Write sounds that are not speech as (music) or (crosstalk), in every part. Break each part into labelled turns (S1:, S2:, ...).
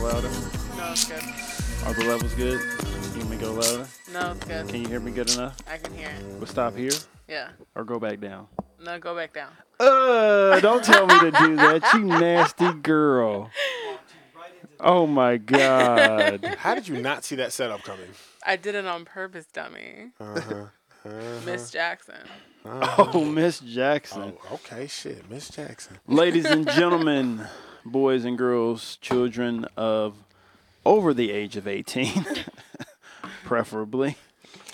S1: louder?
S2: No, it's good.
S1: Are the levels good? You want me to go louder?
S2: No, it's good.
S1: Can you hear me good enough?
S2: I can hear it.
S1: We'll stop here
S2: Yeah.
S1: or go back down.
S2: No, go back down.
S1: Uh, don't tell me to do that, you nasty girl. Oh my
S3: (laughs)
S1: god.
S3: How did you not see that setup coming?
S2: I did it on purpose, dummy.
S1: Uh-huh.
S2: Miss Jackson.
S1: Oh, Miss Jackson.
S3: Oh, okay, shit, Miss Jackson.
S1: Ladies and gentlemen, boys and girls, children of over the age of 18, (laughs) preferably,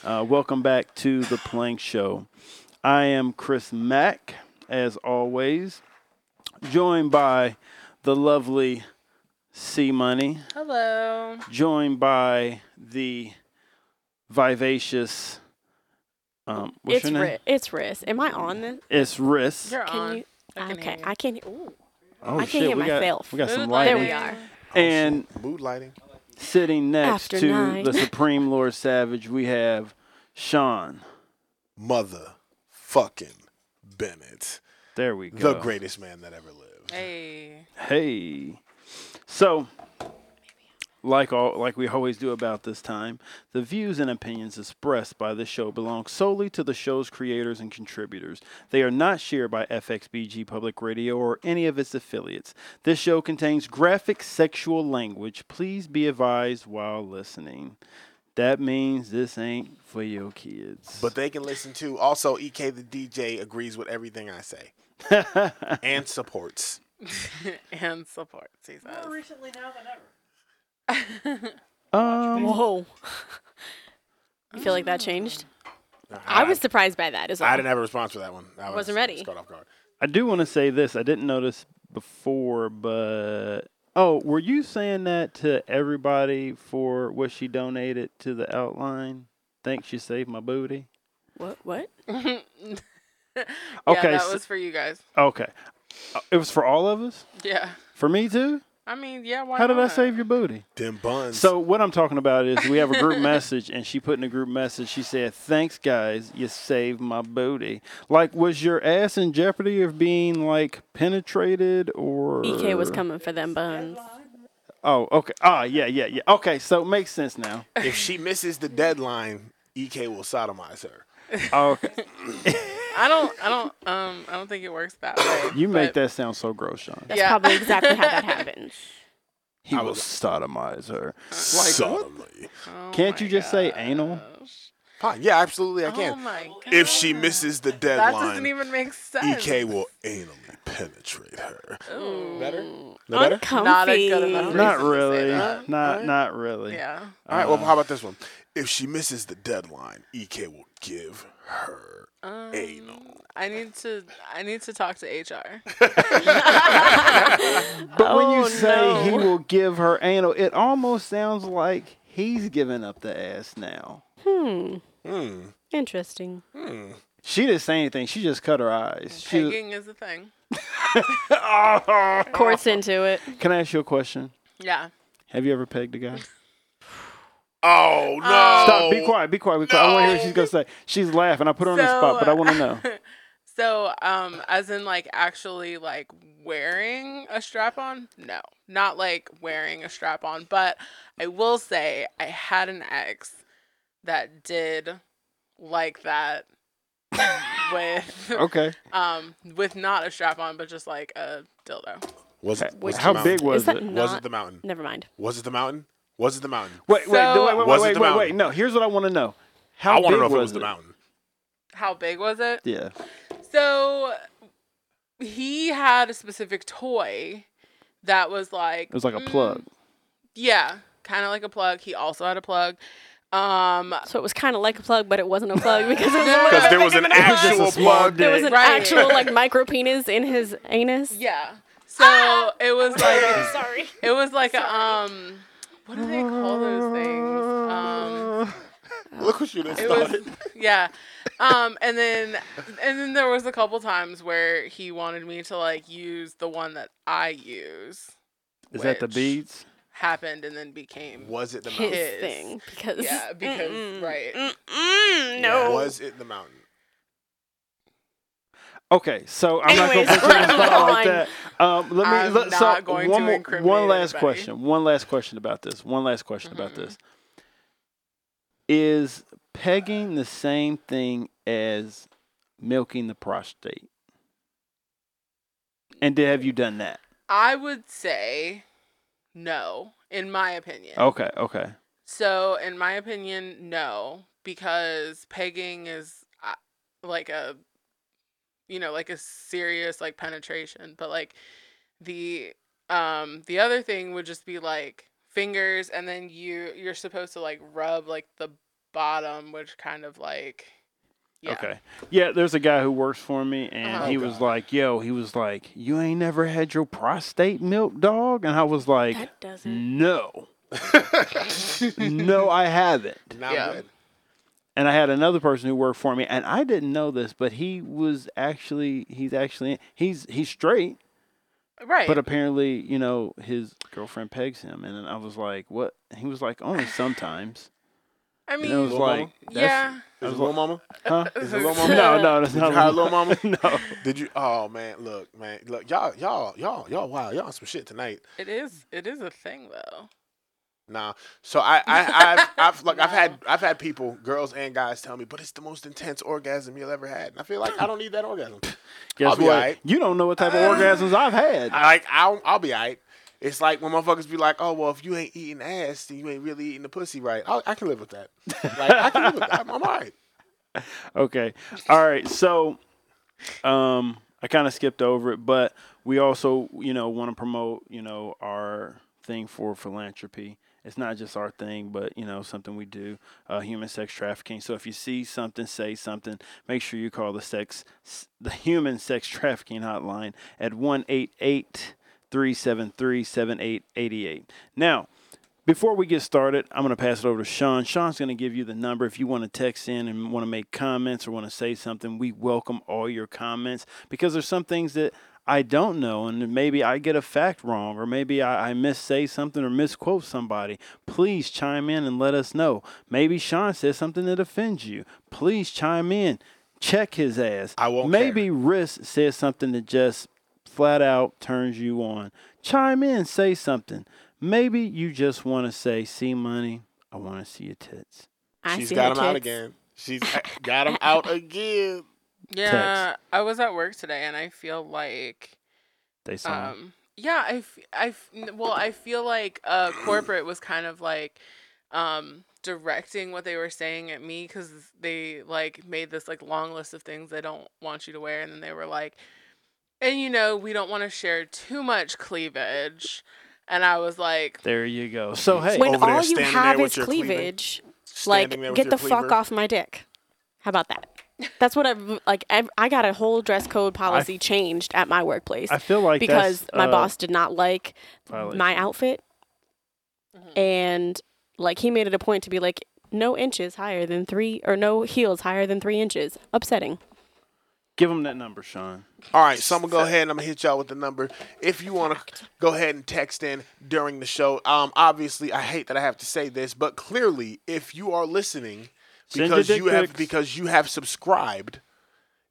S1: uh, welcome back to The Plank Show. I am Chris Mack, as always, joined by the lovely C Money,
S2: Hello.
S1: joined by the vivacious. Um, what's
S4: it's
S1: your name?
S4: Ri- it's Riz. Am I on this?
S1: It's Riss.
S2: You're
S4: Can
S2: on.
S4: you?
S2: I can
S4: okay,
S2: hear you.
S4: I can't. Ooh,
S1: Oh,
S4: I can't hear
S1: we got-
S4: myself.
S1: we got some
S2: Mood
S1: lighting.
S4: there we
S2: lighting.
S4: are.
S1: And
S3: Mood lighting.
S1: Sitting next
S4: After
S1: to
S4: nine.
S1: the Supreme Lord Savage, we have Sean.
S3: Mother fucking Bennett.
S1: There we
S3: The
S1: go.
S3: greatest man that ever lived.
S2: Hey.
S1: Hey. So, like all like we always do about this time, the views and opinions expressed by this show belong solely to the show's creators and contributors. They are not shared by FXBG Public Radio or any of its affiliates. This show contains graphic sexual language. Please be advised while listening. That means this ain't for your kids.
S3: But they can listen to. Also, EK the DJ agrees with everything
S1: (laughs)
S3: I say and supports.
S2: (laughs) And support, he says.
S5: recently now than ever.
S2: (laughs)
S1: um,
S4: Whoa. (laughs) you feel like that changed?
S1: Uh,
S4: I was surprised by that as well.
S3: I didn't have a response for that one. I was
S4: Wasn't ready.
S3: Caught off guard.
S1: I do want to say this. I didn't notice before, but oh, were you saying that to everybody for what she donated to the outline? Think she saved my booty?
S4: What? What?
S1: Okay,
S2: Yeah, that
S1: so-
S2: was for you guys.
S1: Okay, Uh, it was for all of us.
S2: Yeah.
S1: For me too.
S2: I mean, yeah, why
S1: How did I
S2: not?
S1: save your booty?
S3: Them buns.
S1: So what I'm talking about is we have a group (laughs) message, and she put in a group message. She said, "Thanks, guys, you saved my booty." Like, was your ass in jeopardy of being like penetrated or?
S4: EK E was coming for them buns.
S1: Oh, okay. Ah, yeah, yeah, yeah. Okay, so it makes sense now.
S3: (laughs)
S2: (laughs)
S3: if she misses the deadline, EK will sodomize her.
S1: Oh, okay.
S2: I don't I don't um I don't think it works that way.
S1: (coughs) You make
S2: but-
S1: that sound so gross, Sean.
S4: That's
S2: Yeah.
S4: probably exactly
S2: (laughs)
S4: how that happened.
S1: He will sodomize her.
S3: Sodomly.
S2: Oh
S1: Can't you
S2: my
S1: just say anal?
S2: gosh.
S3: Huh, yeah, absolutely, I
S2: Oh
S3: can.
S2: my god.
S3: if she misses the
S2: that
S3: deadline,
S2: doesn't even make sense.
S3: EK E will anally penetrate her.
S2: Ooh.
S3: Better? No better?
S4: Uncomfy.
S2: Not a good enough reason
S1: Not
S2: to say
S1: really.
S2: that.
S1: Not not really.
S2: Yeah.
S3: All right, well, how about this one? If she misses the deadline, EK will give her anal.
S2: I need to I need to talk to HR.
S1: But when
S4: Oh,
S1: you say he
S4: no.
S1: will give her anal, it almost sounds like he's giving up the ass now.
S4: Hmm.
S1: Hmm.
S4: Interesting.
S1: She didn't say anything. She just cut her eyes. She,
S2: Pegging is a thing.
S4: Courts into it.
S1: can I ask you a question?
S2: Yeah.
S1: Have you ever pegged a guy?
S3: Oh, no.
S1: Stop. Be quiet. Be quiet. Be quiet. I want to hear what she's gonna say. She's laughing. I put her on the spot, but I want to know.
S2: (laughs) So, um, as in like actually like wearing a strap on? No, not like wearing a strap on. But I will say I had an ex that did like that
S1: (laughs)
S2: with
S1: Okay.
S2: um with not a strap on, but just like a dildo.
S3: Was it, was it the
S1: How
S3: mountain?
S1: big was
S4: Is that
S1: it?
S4: not?
S3: Was it the mountain?
S4: Never mind.
S3: Was it the mountain? Was it the mountain?
S1: Wait, wait,
S2: So-
S1: wait, wait,
S3: Was it
S1: wait,
S3: the
S1: wait, wait,
S3: mountain?
S1: No, here's what I want to know. How
S3: I want
S1: big
S3: to know if
S1: was
S3: it was the mountain.
S2: How big was it?
S1: Yeah.
S2: So he had a specific toy that was like
S1: It was like a
S2: mm,
S1: plug.
S2: Yeah, kind of like a plug. He also had a plug. Um,
S4: So it was kind of like a plug, but it wasn't
S1: (laughs)
S4: a plug because it was a
S3: Because
S4: little
S3: there was an
S4: bigger than a plug.
S3: actual
S1: Just a small
S3: plug.
S4: There was an
S2: Right. (laughs)
S4: actual like micro penis in his anus.
S2: yeah. So it was like
S4: Sorry.
S2: it was like a um, what do they call those things? Um,
S3: Look what you done
S2: it was
S3: started.
S2: yeah. Um, and then and then there was a couple times where he wanted me to like use the one that I use.
S1: Is that the
S2: which
S1: beads?
S2: Happened and then became
S3: Was it the
S4: His
S3: mountain?
S2: His.
S4: thing because (laughs)
S2: yeah because right
S4: Mm, no.
S3: Was it the mountain?
S1: Okay, so I'm
S4: Anyways,
S1: not
S2: (laughs)
S4: we're
S1: going to put you in a spot
S4: moving
S1: like
S4: on.
S1: that. Um, let me.
S2: I'm
S1: let, so
S2: not going
S1: one
S2: to
S1: more-
S2: incriminate
S1: one last
S2: anybody.
S1: question. One last question about this. One last question about this. Is pegging the same thing as milking the prostate? And did, have you done that?
S2: I would say no, in my opinion.
S1: Okay, okay.
S2: So, in my opinion, no, because pegging is uh, like a, you know, like a serious like penetration. But like the um the other thing would just be like fingers, and then you you're supposed to like rub like the bottom, which kind of like yeah.
S1: Okay. Yeah, there's a guy who works for me, and
S2: Uh-huh.
S1: he
S3: Oh,
S1: was
S3: God.
S1: like, "Yo," he was like, "You ain't never had your prostate milk, dog," and I was like,
S4: That
S3: mm,
S2: (laughs)
S4: doesn't.
S1: "No, no, I haven't."
S3: Not
S2: Yeah.
S3: good.
S1: and I had another person who worked for me, and I didn't know this, but he was actually he's actually he's he's straight,
S2: Right.
S1: but uh, apparently you know his girlfriend pegs him, and then I was like, what? He was like, only sometimes.
S2: I
S1: And
S2: mean,
S1: I was like, that's-
S2: yeah.
S3: Is it little mama?
S1: huh?
S2: (laughs)
S3: Is it little mama?
S1: No, no, that's
S3: Did
S1: not
S3: you hire little mama?
S1: (laughs) no.
S3: Did you? Oh man, look, man, look, y'all, y'all, y'all, y'all, wow, y'all on some shit tonight.
S2: It is. It is a thing, though.
S3: Nah. So I, I, I've, I've like, I've had, I've had people, girls and guys, tell me, but it's the most intense orgasm you'll ever had, and I feel like I don't need that orgasm.
S1: Guess
S3: be
S1: what?
S3: alright.
S1: You don't know what type of orgasms I've had.
S3: I, like, I'll, I'll be alright. It's like when motherfuckers be like, oh well, if you ain't eating ass, then you ain't really eating the pussy right. I, I can live with that. Like, I can live with that. I'm, I'm alright.
S1: Okay. All right. So, um, I kind of skipped over it, but we also, you know, want to promote, you know, our thing for philanthropy. It's not just our thing, but you know, something we do, uh, human sex trafficking. So if you see something, say something. Make sure you call the sex, the human sex trafficking hotline at one eight eight three seven three seven eight eighty eight. Now. Before we get started, I'm going to pass it over to Sean. Sean's going to give you the number if you want to text in and want to make comments or want to say something. We welcome all your comments because there's some things that I don't know, and maybe I get a fact wrong, or maybe I, I missay something or misquote somebody. Please chime in and let us know. Maybe Sean says something that offends you. Please chime in. Check his ass.
S3: I won't
S1: Maybe Riss says something that just flat out turns you on. Chime in, say something. Maybe you just want to say, "See money, I want to see your tits."
S4: I
S3: She's
S4: see
S3: got
S4: her
S3: him out
S4: tits.
S3: again. She's got him out again.
S2: Yeah, I was at work today, and I feel like,
S1: They saw.
S2: um, yeah, I, f- I, f- n- well, I feel like uh, corporate was kind of like, um, directing what they were saying at me because they like made this like long list of things they don't want you to wear, and then they were like, and you know, we don't want to share too much cleavage, and I was like,
S1: there you go. So hey,
S4: When
S3: Over there
S4: all you
S3: standing
S4: have
S3: there with
S4: is
S3: your cleavage.
S4: cleavage,
S3: Standing there
S4: like
S3: with
S4: get
S3: your
S4: the
S3: cleaver.
S4: fuck off my dick. How about that? That's what I've like. I've, I got a whole dress code policy changed at my workplace
S1: I feel like
S4: because
S1: that's,
S4: my
S1: uh,
S4: boss did not like
S1: violation.
S4: my outfit,
S2: Mm-hmm.
S4: and like he made it a point to be like no inches higher than three or no heels higher than three inches. Upsetting.
S1: Give them that number, Sean.
S3: All right, so I'm gonna go ahead and I'm gonna hit y'all with the number. If you wanna go ahead and text in during the show, um, obviously I hate that I have to say this, but clearly, if you are listening
S1: Send your
S3: because
S1: dick
S3: you have
S1: pics.
S3: because you have subscribed,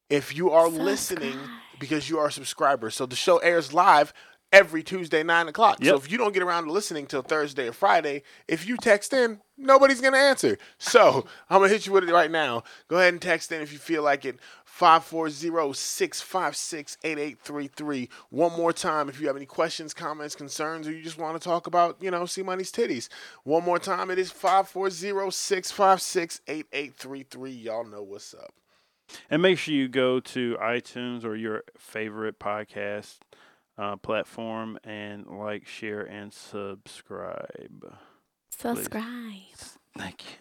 S3: if you are listening because you are a subscriber, so the show airs live every Tuesday nine o'clock. So
S1: Yep.
S3: if you don't get around to listening till Thursday or Friday, if you text in, nobody's gonna answer. So (laughs) I'm gonna hit you with it right now. Go ahead and text in if you feel like it. 540-656-8833. One more time if you have any questions, comments, concerns, or you just want to talk about, you know, C Money's titties. One more time, it is 540-656-8833. Y'all know what's up.
S1: And make sure you go to iTunes or your favorite podcast uh, platform and like, share, and subscribe.
S4: Subscribe.
S1: Thank you.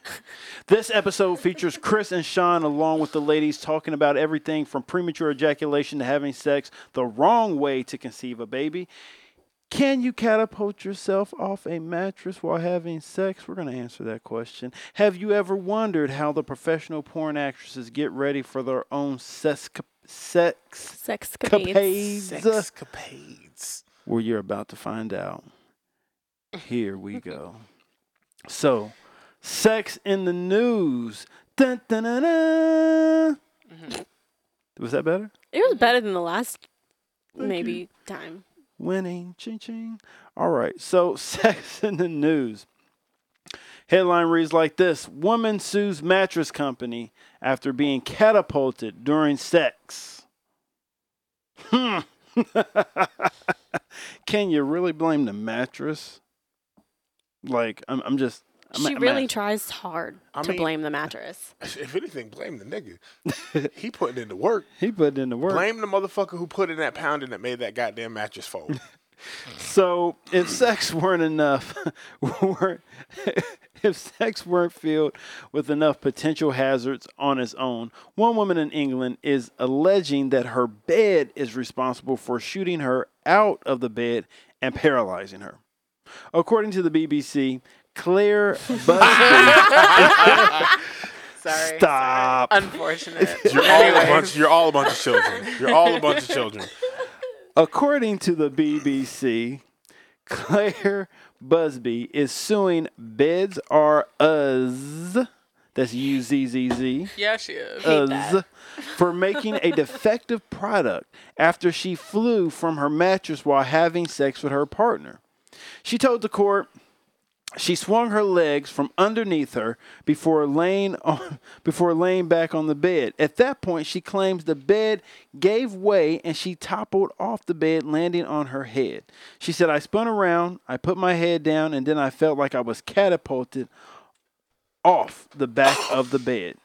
S1: this episode features Chris and Sean along with the ladies talking about everything from premature ejaculation to having sex, the wrong way to conceive a baby. Can you catapult yourself off a mattress while having sex? We're going to answer that question. Have you ever wondered how the professional porn actresses get ready for their own sex sex
S4: Sex
S1: capades?
S3: Escapades.
S1: Well, you're about to find out. Here we go. So, sex in the news. Dun, dun, dun, dun. Was that better?
S4: It was better than the last maybe time.
S1: Winning. Ching ching. All right. So, (laughs) sex in the news. Headline reads like this Woman sues mattress company after being catapulted during sex. Hmm. (laughs) Can you really blame the mattress? Like, I'm, I'm just. I'm,
S4: she
S1: I'm
S4: really
S1: at-
S4: tries hard
S3: I
S4: to
S3: mean-
S4: blame the mattress.
S3: If anything, blame the nigga. he putting in the work.
S1: he put in the work.
S3: Blame the motherfucker who put in that pound and that made that goddamn
S1: (laughs)
S3: mattress fold.
S1: So if sex weren't enough, (laughs) weren't, (laughs) if sex weren't filled with enough potential hazards on its own, one woman in England is alleging that her bed is responsible for shooting her out of the bed and paralyzing her. According to the BBC, Claire Busby.
S2: Sorry.
S1: Stop.
S2: Unfortunate.
S1: (laughs)
S3: You're all a bunch. You're all a bunch of children. You're all a bunch of children.
S1: According to the BBC, Claire Busby is suing Beds Are Us, that's U Z Z Z,
S2: yeah, she is.
S1: Us, for making a defective product after she flew from her mattress while having sex with her partner. She told the court she swung her legs from underneath her before laying (laughs) on, before laying back on the bed. At that point, she claims the bed gave way and she toppled off the bed, landing on her head. She said, "I spun around, I put my head down, and then I felt like I was catapulted off the back of the bed.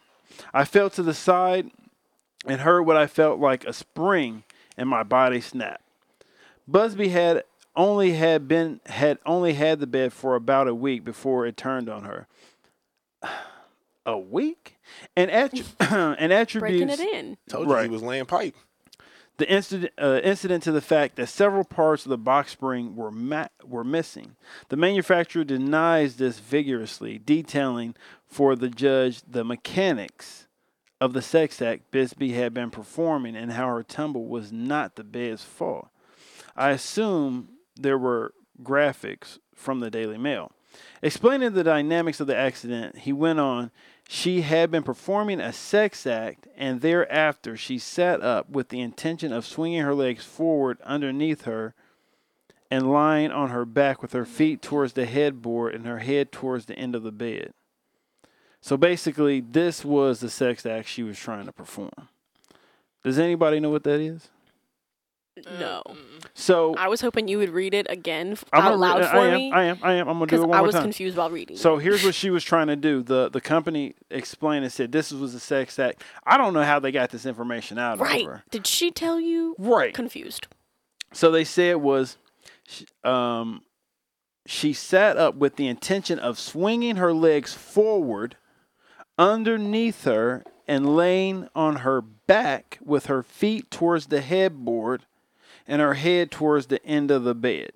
S1: I fell to the side and heard what I felt like a spring, and my body snapped." Busby had only had been had only had the bed for about a week before it turned on her. (sighs) A week? And (clears throat) attr- and
S4: Breaking
S1: attributes
S4: it in.
S3: Told you
S1: Right.
S3: he was laying pipe.
S1: the incident, uh, incident to the fact that several parts of the box spring were ma- were missing. The manufacturer denies this vigorously, detailing for the judge the mechanics of the sex act Bisbee had been performing and how her tumble was not the bed's fault. I assume there were graphics from the Daily Mail. Explaining the dynamics of the accident, he went on, she had been performing a sex act, and thereafter she sat up with the intention of swinging her legs forward underneath her and lying on her back with her feet towards the headboard and her head towards the end of the bed. So basically, this was the sex act she was trying to perform. Does anybody know what that is? Mm.
S4: No.
S1: So
S4: I was hoping you would read it again f-
S1: Oh. I'm
S4: out
S1: gonna-
S4: loud
S1: I
S4: for
S1: am,
S4: me
S1: I am. I am. I'm gonna do
S4: because
S1: it one
S4: I
S1: more
S4: was
S1: time.
S4: confused while reading. it.
S1: So here's what she was trying to do. The the company explained and said this was a sex act. I don't know how they got this information out
S4: right?
S1: of her.
S4: Did she tell you?
S1: Right.
S4: Confused.
S1: So they say it was, sh- um, she sat up with the intention of swinging her legs forward underneath her and laying on her back with her feet towards the headboard and her head towards the end of the bed.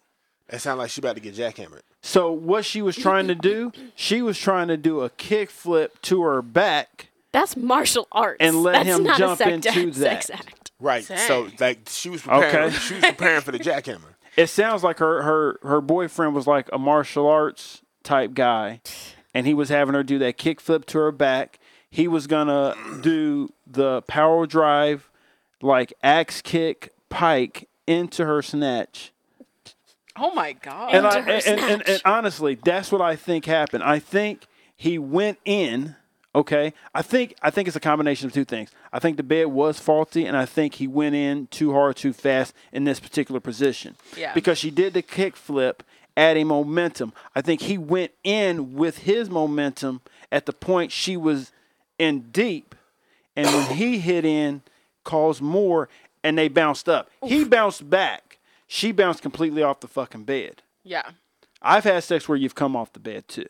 S3: That sound like she about to get jackhammered.
S1: So what she was trying to do, she was trying to do a kickflip to her back.
S4: That's martial arts.
S1: And let
S4: That's
S1: him
S4: not
S1: jump
S4: a sex
S1: into
S4: act, sex
S1: that.
S4: act.
S3: Right. So
S2: Dang.
S3: like she was preparing.
S1: Okay.
S3: She was preparing for
S1: (laughs)
S3: the jackhammer.
S1: It sounds like her her her boyfriend was like a martial arts type guy, and he was having her do that kickflip to her back. He was gonna do the power drive, like axe kick pike into her snatch.
S2: Oh my god.
S1: And, I,
S4: Into her
S1: and, and, and, and
S4: snatch.
S1: honestly, that's what I think happened. I think he went in. Okay, I think I think it's a combination of two things. I think the bed was faulty, and I think he went in too hard, too fast in this particular position.
S2: Yeah.
S1: Because she did the kick flip, adding momentum. I think he went in with his momentum at the point she was in deep, and when he hit in, caused more, and they bounced up. He bounced back. She bounced completely off the fucking bed.
S2: yeah.
S1: I've had sex where you've come off the bed too.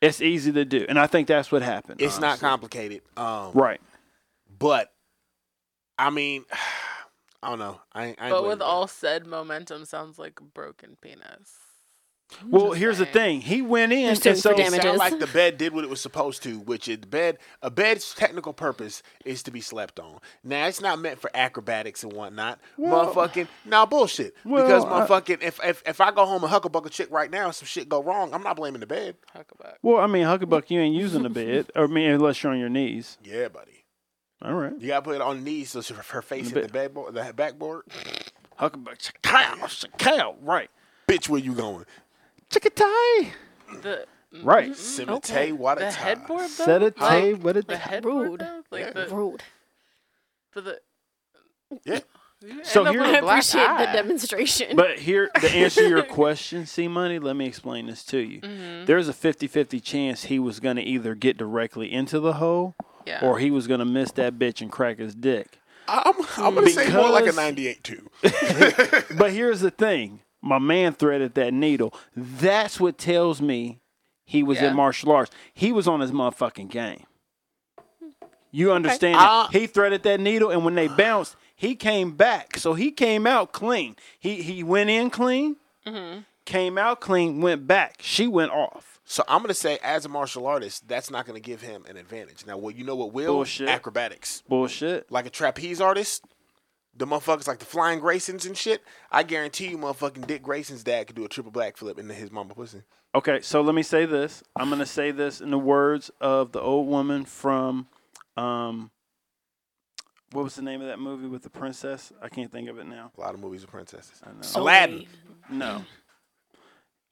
S1: It's easy to do, and I think that's what happened.
S3: It's not
S1: honestly.
S3: complicated. Um.
S1: right.
S3: But I mean, (sighs) I don't know. I, ain't- I ain't
S2: But
S3: blaming
S2: with
S3: her.
S2: all said momentum sounds like a broken penis.
S1: Well, here's the thing. He went in,
S4: They're
S1: and
S4: suing for
S1: so
S4: damages.
S3: sound like the bed did what it was supposed to, which is the bed. A bed's technical purpose is to be slept on. Now it's not meant for acrobatics and whatnot. motherfucking now nah, bullshit.
S1: Well,
S3: because
S1: I-
S3: motherfucking if, if if I go home and hucklebuck a chick right now, and some shit go wrong, I'm not blaming the bed.
S2: Huckabuck.
S1: well, I mean, Huckabuck, you ain't using the bed, or I mean, unless you're on your knees.
S3: Yeah, buddy.
S1: All right.
S3: You gotta put it on knees so she- her face hit the backboard. The backboard.
S1: Huckleberry. Chakal. Chakal. Right.
S3: Bitch, where you going?
S1: Chickatay.
S2: The
S1: Right.
S3: Mm-hmm. Simite, what
S2: the
S3: a
S2: headboard though.
S1: uh, Set a
S2: Like,
S1: tape. What a
S2: the
S1: t-
S2: headboard
S4: Rude.
S2: though? Like
S3: Yeah.
S2: the,
S4: Rude.
S2: for the.
S3: Yeah.
S2: You
S1: So
S2: end up
S1: here-
S2: with
S4: I
S2: a black
S4: appreciate the
S2: eye.
S4: demonstration.
S1: But here, the answer to your question, C Money, let me explain this to you. There's a 50 50 chance he was going to either get directly into the hole
S2: Yeah.
S1: or he was going to miss that bitch and crack his dick.
S3: I'm, I'm gonna say more like a
S1: Because-
S3: 98 too.
S1: But here's the thing my man threaded that needle. That's what tells me he was
S2: Yeah.
S1: in martial arts. He was on his motherfucking game. You understand?
S3: Uh,
S1: that he threaded that needle, and when they bounced, he came back. So he came out clean. He, he went in clean, came out clean, went back. She went off.
S3: So I'm gonna say, as a martial artist, that's not gonna give him an advantage. Now, what you know what will
S1: Bullshit.
S3: acrobatics,
S1: Bullshit.
S3: like a trapeze artist, the motherfuckers like the flying Graysons and shit. I guarantee you, motherfucking Dick Grayson's dad could do a triple backflip into his mama pussy.
S1: Okay, so let me say this. I'm gonna say this in the words of the old woman from, um, what was the name of that movie with the princess? I can't think of it now.
S3: A lot of movies with princesses.
S1: I know.
S4: So
S3: Aladdin.
S4: late.
S1: No,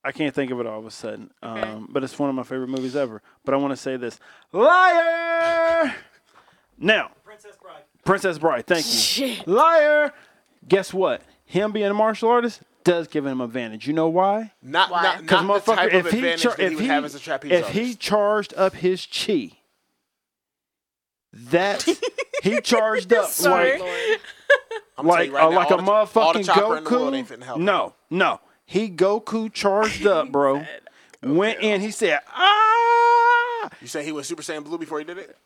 S1: I can't think of it all of a sudden. Um, but it's one of my favorite movies ever. But I want to say this, liar. Now,
S5: Princess Bride.
S1: Princess Bride. Thank you.
S4: Shit.
S1: Liar. Guess what? Him being a martial artist does give him advantage. You know why?
S3: Not
S2: Why?
S3: not,
S1: Because
S3: not the
S1: motherfucker,
S3: type of
S1: if he,
S3: advantage
S1: char-
S3: that he
S1: if
S3: would
S1: he,
S3: have as a trapeze
S1: if
S3: artist.
S1: he charged up his chi,
S3: (laughs)
S1: that he charged up
S2: Sorry.
S1: like
S3: I'm telling
S1: like,
S3: you right
S1: uh,
S3: now,
S1: like a
S3: all the- all the
S1: motherfucking
S3: chopper in the world ain't
S1: Goku.
S3: finna help him.
S1: no, no, he Goku charged up, bro. Went in. He said, "Ah,
S3: You say he was Super Saiyan Blue before he did it?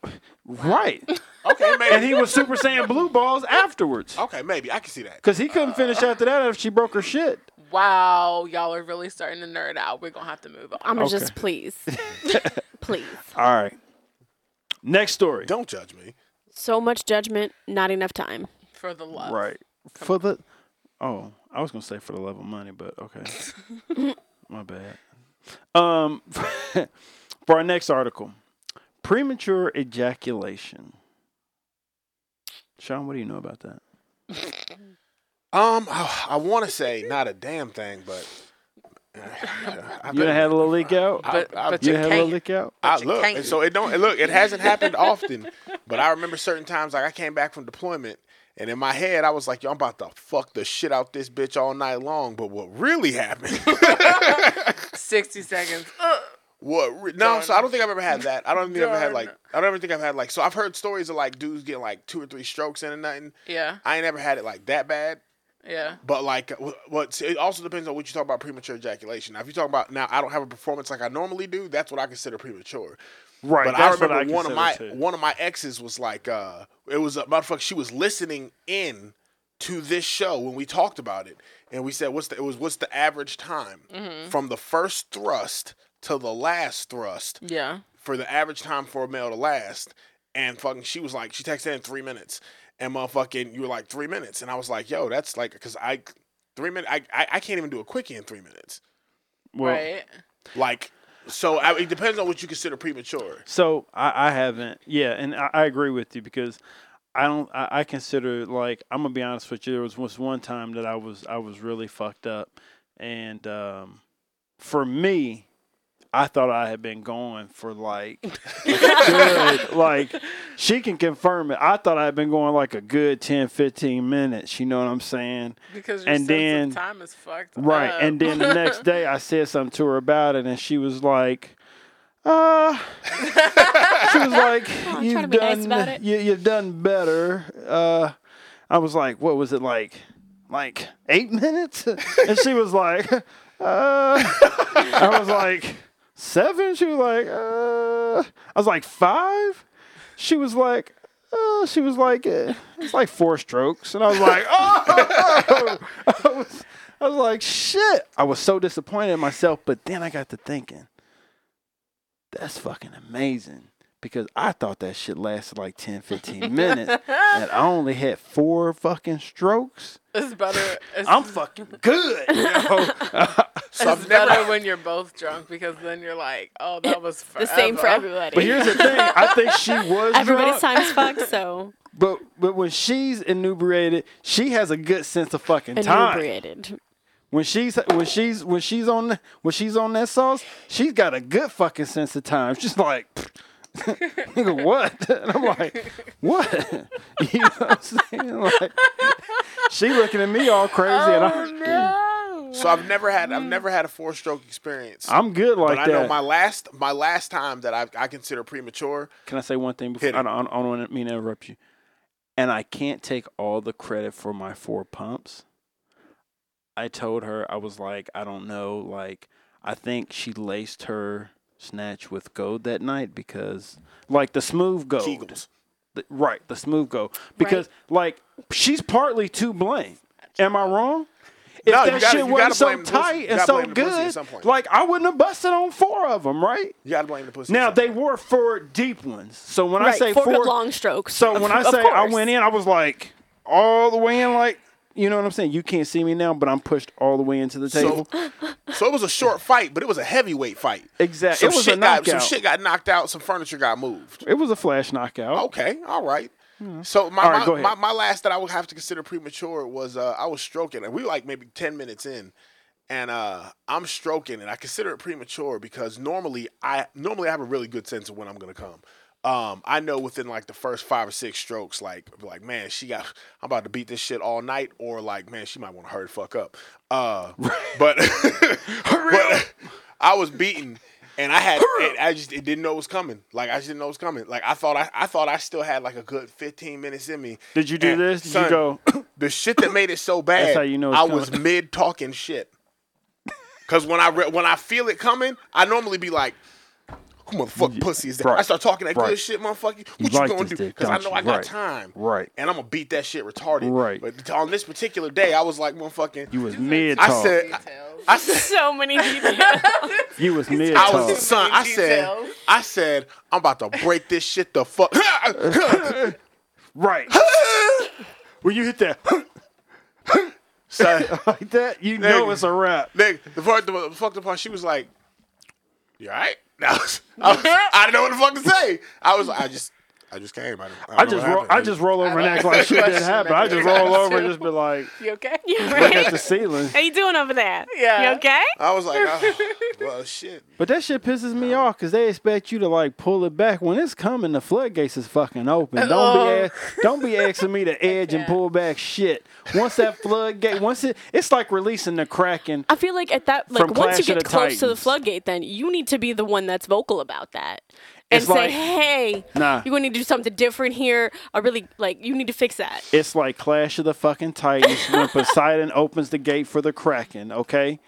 S1: right," (laughs)
S3: Okay, maybe.
S1: and he was Super Saiyan Blue balls afterwards
S3: okay, maybe I can see that.
S1: because he couldn't finish after that after she broke her shit.
S2: Wow, y'all are really starting to nerd out. We're gonna have to move on.
S4: I'm gonna
S1: Okay. (laughs)
S4: just please. please.
S1: All right. Next story.
S3: Don't judge me.
S4: So much judgment, not enough time.
S2: For the love.
S1: Right. For the oh, I was gonna say for the love of money, but okay. My bad. Um, (laughs) for our next article, premature ejaculation. Sean, what do you know about that?
S3: Um, I, want to say not a damn thing, but (sighs) I
S1: You done had a little leak out.
S2: But,
S3: I-
S2: but
S1: you
S2: you
S1: done had a little
S2: can't.
S1: leak out.
S3: I
S2: you
S3: look,
S2: can't.
S3: and so it don't and look. It hasn't happened often, but I remember certain times. Like I came back from deployment, and in my head, I was like, "Yo, I'm about to fuck the shit out this bitch all night long." But what really happened? (laughs)
S2: 60 seconds.
S3: What? Re- no, so I don't think I've ever had that. I don't think I've ever had like. I don't ever think I've had like. So I've heard stories of like dudes getting like two or three strokes in and nothing.
S2: Yeah.
S3: I ain't ever had it like that bad.
S2: Yeah.
S3: But like, what? It also depends on what you talk about premature ejaculation. Now, if you talk about now, I don't have a performance like I normally do. That's what I consider premature.
S1: Right.
S3: But I
S1: that's
S3: remember
S1: what
S3: one of my
S1: consider too.
S3: one of my exes was like, uh, it was a motherfucker. She was listening in to this show when we talked about it, and we said, "What's the it was what's the average time from the first thrust to the last thrust
S2: Yeah.
S3: for the average time for a male to last?" And fucking, she was like, she texted in three minutes, and motherfucking, you were like three minutes, and I was like, "Yo, that's like, cause I three minutes, I, I I can't even do a quickie in three minutes,
S1: Well,
S2: right.
S3: like." So I, it depends on what you consider premature.
S1: So I, I haven't. Yeah, and I, I agree with you because I don't. I, I consider like I'm gonna be honest with you. There was was one time that I was I was really fucked up, and um, for me, I thought I had been going for like good. Like she can confirm it. I thought I had been going like a good 10, 15 minutes. You know what I'm saying?
S2: Because your
S1: And
S2: sense
S1: then-
S2: of time is fucked.
S1: Right.
S2: up.
S1: And
S2: (laughs)
S1: then the
S4: Um.
S1: next day I said something to her about it and she was like, uh she was
S4: (laughs)
S1: like,
S4: try
S1: you've
S4: to be nice
S1: done
S4: about it."
S1: You, you've done better. Uh I was like, what was it like? Like eight (laughs) minutes? and she was like, uh I was like, seven? She was like, uh I was like five? She was like, uh, she was like, uh, it's like four strokes. And I was like, oh! (laughs) I was, I was like, shit. I was so disappointed in myself. But then I got to thinking, that's fucking amazing. Because I thought that shit lasted like 10, 15 minutes. and I only had four fucking strokes.
S2: it's better. It's,
S1: (laughs) I'm fucking good. yo.
S3: So
S2: it's
S3: I've
S2: better
S3: never.
S2: when you're both drunk because then you're like, oh, that (laughs) was
S4: The same for
S2: forever.
S4: everybody.
S1: But here's the thing. I think she was
S4: (laughs) Everybody's
S1: drunk,
S4: time's fucked, so
S1: but but when she's inebriated, she has a good sense of fucking time.
S4: inebriated.
S1: When she's when she's when she's on when she's on that sauce, she's got a good fucking sense of time. She's like, (laughs) nigga, what? (laughs) And I'm like, what? (laughs) You know what I'm saying? Like, she looking at me all crazy, and I'm
S4: Oh.
S2: No.
S3: So I've never had. I've never had a four-stroke experience.
S1: I'm good like
S3: but I
S1: that.
S3: know my last my last time that I, I consider premature.
S1: Can I say one thing before?
S3: Hit it.
S1: I don't, I don't, I don't mean to interrupt you. And I can't take all the credit for my four pumps. I told her I was like, I don't know, like I think she laced her snatch with gold that night because, like the smooth gold,
S3: Kegels.
S1: The- right? The smooth gold because like she's partly to blame. Am I wrong? If
S3: No, you
S1: that
S3: gotta-
S1: shit
S3: you gotta
S1: wasn't so
S3: blame the pussy. You
S1: tight and
S3: gotta
S1: so
S3: blame the pussy at
S1: good,
S3: some point.
S1: like I wouldn't have busted on four of them, right?
S3: You gotta blame the pussy.
S1: Now they were four deep ones. So when I
S4: Right,
S1: say
S4: four
S1: four,
S4: good long strokes. (laughs)
S1: so
S4: Of-
S1: when I
S4: of
S1: say I
S4: course.
S1: went in, I was like all the way in, like you know what I'm saying. You can't see me now, but I'm pushed all the way into the
S3: So,
S1: table.
S3: so it was a short fight, but it was a heavyweight fight.
S1: Exact-
S3: Some
S1: it was a
S3: shit got, some
S1: knockout.
S3: shit got knocked out. Some furniture got moved.
S1: it was a flash knockout.
S3: Okay, all right. So my,
S1: Hmm. All right, go
S3: my,
S1: ahead.
S3: my my last that I would have to consider premature was uh, I was stroking, and we were like maybe ten minutes in, and uh, I'm stroking, and I consider it premature because normally I normally I have a really good sense of when I'm gonna come. Um, I know within like the first five or six strokes, like like man, she got I'm about to beat this shit all night, or like man, she might want to hurry the fuck up.
S1: (laughs)
S3: Uh, but (laughs) but I was beaten, and I had and I just it didn't know it was coming. Like I just didn't know it was coming. Like I thought I, I thought I still had like a good 15 minutes in me.
S1: Did you do
S3: And,
S1: this? Did
S3: son,
S1: you go?
S3: (coughs) the shit that made it so
S1: (coughs)
S3: bad.
S1: That's how you know it's
S3: I
S1: coming.
S3: was mid talking shit. Cause when I re- when I feel it coming, I normally be like, "Who motherfucking pussy is that?"
S1: right,
S3: I start talking that
S1: right.
S3: good shit, motherfucker. What you,
S1: like
S3: gonna
S1: this
S3: do?
S1: dick,
S3: Because I
S1: don't
S3: know
S1: you?
S3: I got
S1: Right,
S3: time,
S1: right.
S3: And I'm gonna beat that shit retarded,
S1: Right.
S3: But on this particular day, I was like, "Motherfucking,"
S1: you was mid
S3: I
S1: talk.
S3: said,
S2: Details.
S3: I said,
S4: so many (laughs) details.
S1: You was mid
S3: I
S1: talk.
S3: was son. I said,
S2: Details.
S3: I said, I'm about to break this shit the fuck. (laughs)
S1: right. when you hit that (laughs)
S3: so,
S1: like that, you know
S3: Nigga.
S1: it's a wrap.
S3: Nigga, the part, the, fucked up part, she was like, "You alright?" (laughs) I was, I was- I didn't know what the fuck to say. I was, I just, I just came. I, don't, I, don't
S1: I
S3: know
S1: just
S3: what
S1: roll, I
S3: happened.
S1: just roll over and
S2: like
S1: act
S2: that
S1: like shit
S2: question
S3: (laughs)
S1: didn't happen. I just
S2: every time,
S1: roll over and
S2: too.
S1: just be like,
S2: you okay?
S4: yeah,
S1: look at
S4: right?
S1: the ceiling.
S4: How you doing over there?
S2: Yeah.
S4: You okay?
S3: I was like, oh, "Well, shit."
S1: But that shit pisses me off because they expect you to like pull it back when it's coming. The floodgates is fucking open. Don't be
S3: uh,
S2: Oh.
S1: a- don't be asking me
S3: (laughs)
S1: to edge and pull back shit. Once that floodgate, once it, it's like releasing the kraken.
S4: I feel like at that, like
S1: From
S4: once
S1: Clash
S4: you
S1: of
S4: get
S1: the
S4: close to the
S1: Titans.
S4: floodgate, then you need to be the one that's vocal about that and
S1: It's
S4: say,
S1: like,
S4: "Hey,
S1: nah.
S4: you're gonna need to do something different here. I really like you need to fix that."
S1: It's like Clash of the fucking Titans when Poseidon opens the gate for the kraken. Okay,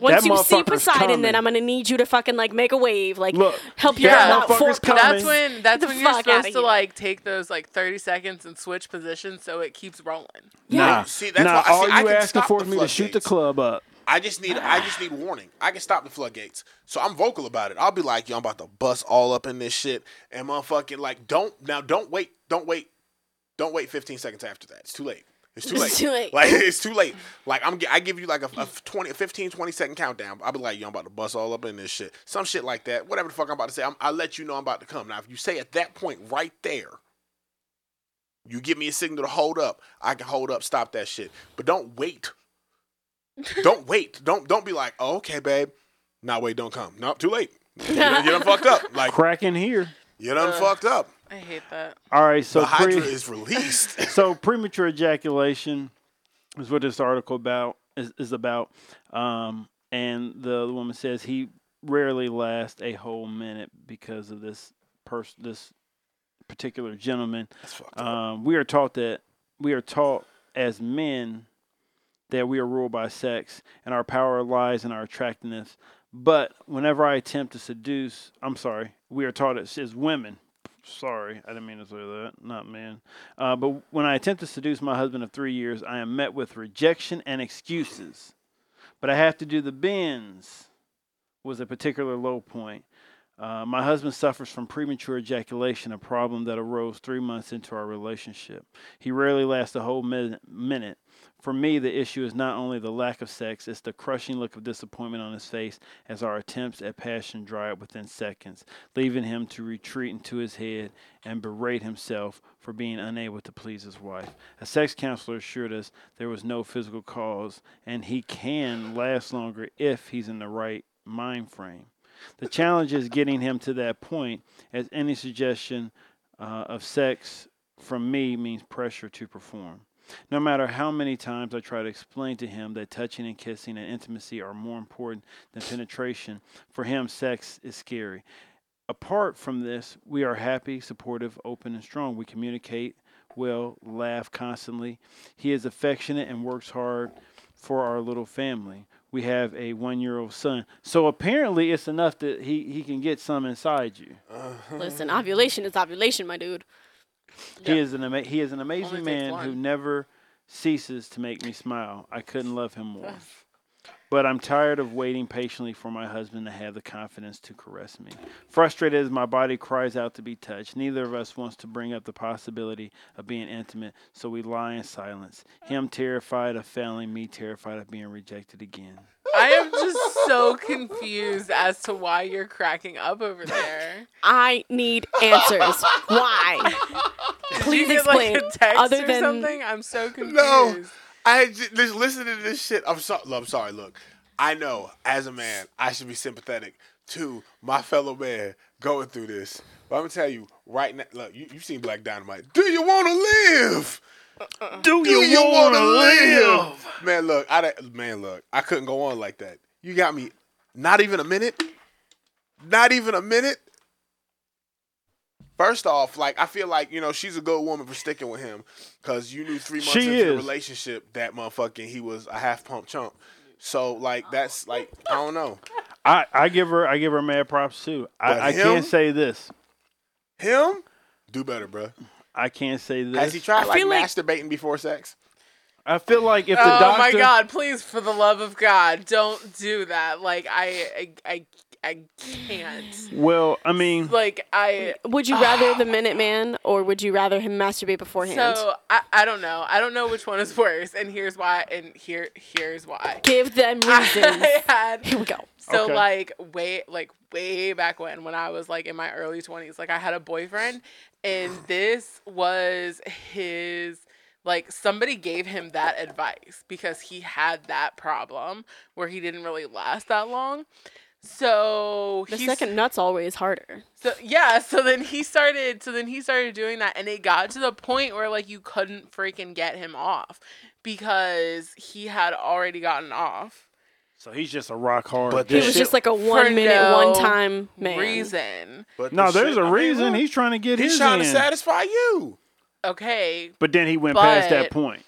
S4: Once you see
S1: motherfucker's
S4: Poseidon,
S1: coming.
S4: then I'm gonna need you to fucking like make a wave, like
S1: Look,
S4: help you
S2: that
S4: out.
S1: motherfucker's
S4: four-
S1: coming.
S2: That's when that's
S4: the
S2: when you're
S4: fuck outta
S2: supposed to
S4: here.
S2: like take those like 30 seconds and switch positions so it keeps rolling.
S1: nah,
S3: See, that's
S1: nah.
S3: why- see,
S1: all
S3: I
S1: you
S3: can
S1: asking
S3: stop
S1: for
S3: the
S1: is me to shoot the
S3: floodgates.
S1: club up.
S3: I just need, I just need warning. I can stop the floodgates, so I'm vocal about it. I'll be like, "Yo, I'm about to bust all up in this shit," and motherfucking like, don't now, don't wait, don't wait, don't wait 15 seconds after that. It's too late. It's too
S4: It's
S3: late.
S4: too late.
S3: Like (laughs) it's too late. Like I'm, gi- I give you like a, a 20, 15, 20 second countdown. I'll be like, yo, I'm about to bust all up in this shit. Some shit like that. Whatever the fuck I'm about to say, I'm, I let you know I'm about to come. Now, if you say at that point right there, you give me a signal to hold up. I can hold up, stop that shit. But don't wait. don't wait. Don't don't be like, oh, okay, babe. Nah, wait, don't come. Nope, too late. You done, you done fucked up. (laughs) Like
S1: Kraken here.
S3: you done fucked up.
S2: I hate that.
S1: All right, so
S3: The Hydra
S1: pre-
S3: is (laughs) released.
S1: so premature ejaculation is what this article about is, is about um, and the woman says he rarely lasts a whole minute because of this person this particular gentleman
S3: That's fucked up.
S1: um, we are taught that we are taught as men that we are ruled by sex and our power lies in our attractiveness but whenever i attempt to seduce i'm sorry we are taught as, as women sorry i didn't mean to say that not men uh, but when i attempt to seduce my husband of three years i am met with rejection and excuses but i have to do the bends was a particular low point Uh, my husband suffers from premature ejaculation, a problem that arose three months into our relationship. He rarely lasts a whole min- minute. For me, the issue is not only the lack of sex, it's the crushing look of disappointment on his face as our attempts at passion dry up within seconds, leaving him to retreat into his head and berate himself for being unable to please his wife. A sex counselor assured us there was no physical cause, and he can last longer if he's in the right mind frame. The challenge is getting him to that point, as any suggestion uh, of sex from me means pressure to perform. No matter how many times I try to explain to him that touching and kissing and intimacy are more important than penetration, for him, sex is scary. Apart from this, we are happy, supportive, open, and strong. We communicate well, laugh constantly. He is affectionate and works hard for our little family. We have a one year old son. So apparently, it's enough that he, he can get some inside you.
S4: Listen, ovulation is ovulation, my dude.
S1: He is an ama- he is an amazing
S2: takes
S1: man who
S2: one.
S1: never ceases to make me smile. I couldn't love him more. But I'm tired of waiting patiently for my husband to have the confidence to caress me. Frustrated as my body cries out to be touched, neither of us wants to bring up the possibility of being intimate, so we lie in silence. Him terrified of failing, me terrified of being rejected again.
S2: I am just so confused as to why you're cracking up
S4: (laughs)
S2: over there.
S4: I need answers. Why? Please
S2: Did you get,
S4: explain.
S2: Like a text
S4: Other
S2: or
S4: than
S2: something? I'm so confused.
S3: (laughs) No, I just, just listen to this shit. I'm sorry. I'm sorry. Look, I know as a man, I should be sympathetic to my fellow man going through this. But I'm gonna tell you right now. Look, you, you've seen Black Dynamite. Do you want to live?
S1: Do
S3: Do you want to live? Man, look, I don't- man, look, I couldn't go on like that. You got me. Not even a minute. Not even a minute. First off, like I feel like you know she's a good woman for sticking with him, cause you knew three months
S1: She
S3: into the
S1: is.
S3: relationship that motherfucking he was a half pump chump. So like that's like I don't know
S1: I, I give her I give her mad props too.
S3: But
S1: I, I
S3: him?
S1: can't say this.
S3: him. Do better, bruh.
S1: I can't say this.
S3: Has he tried like,
S4: feel like-
S3: masturbating before sex?
S1: I feel like if the
S2: oh
S1: doctor,
S2: my god, please for the love of God, don't do that. Like I I I, I can't.
S1: well, I mean,
S2: Like I
S4: would you rather the Minuteman or would you rather him masturbate beforehand?
S2: so I, I don't know. I don't know which one is worse and here's why and here here's why.
S4: Give them
S2: (laughs)
S4: reasons.
S2: I had
S4: Here we go.
S2: So
S1: Okay.
S2: like way like way back when when I was like in my early 20s, like I had a boyfriend and
S4: (sighs)
S2: this was his like somebody gave him that advice because he had that problem where he didn't really last that long. So
S4: The
S2: he's-
S4: second nut's always harder.
S2: so yeah, so then he started so then he started doing that and it got to the point where like you couldn't freaking get him off because he had already gotten off.
S1: so he's just a rock hard.
S3: But
S4: He
S1: dick.
S3: this
S4: was
S3: shit-
S4: just like a one minute,
S2: no
S4: one time man.
S2: Reason.
S3: But
S1: no,
S3: the
S1: there's
S3: shit-
S1: a
S3: I mean,
S1: reason
S3: look,
S1: he's trying to get
S3: he's
S1: his
S3: trying
S1: in.
S3: to satisfy you.
S2: Okay,
S1: but then he went past that
S2: But-
S1: point.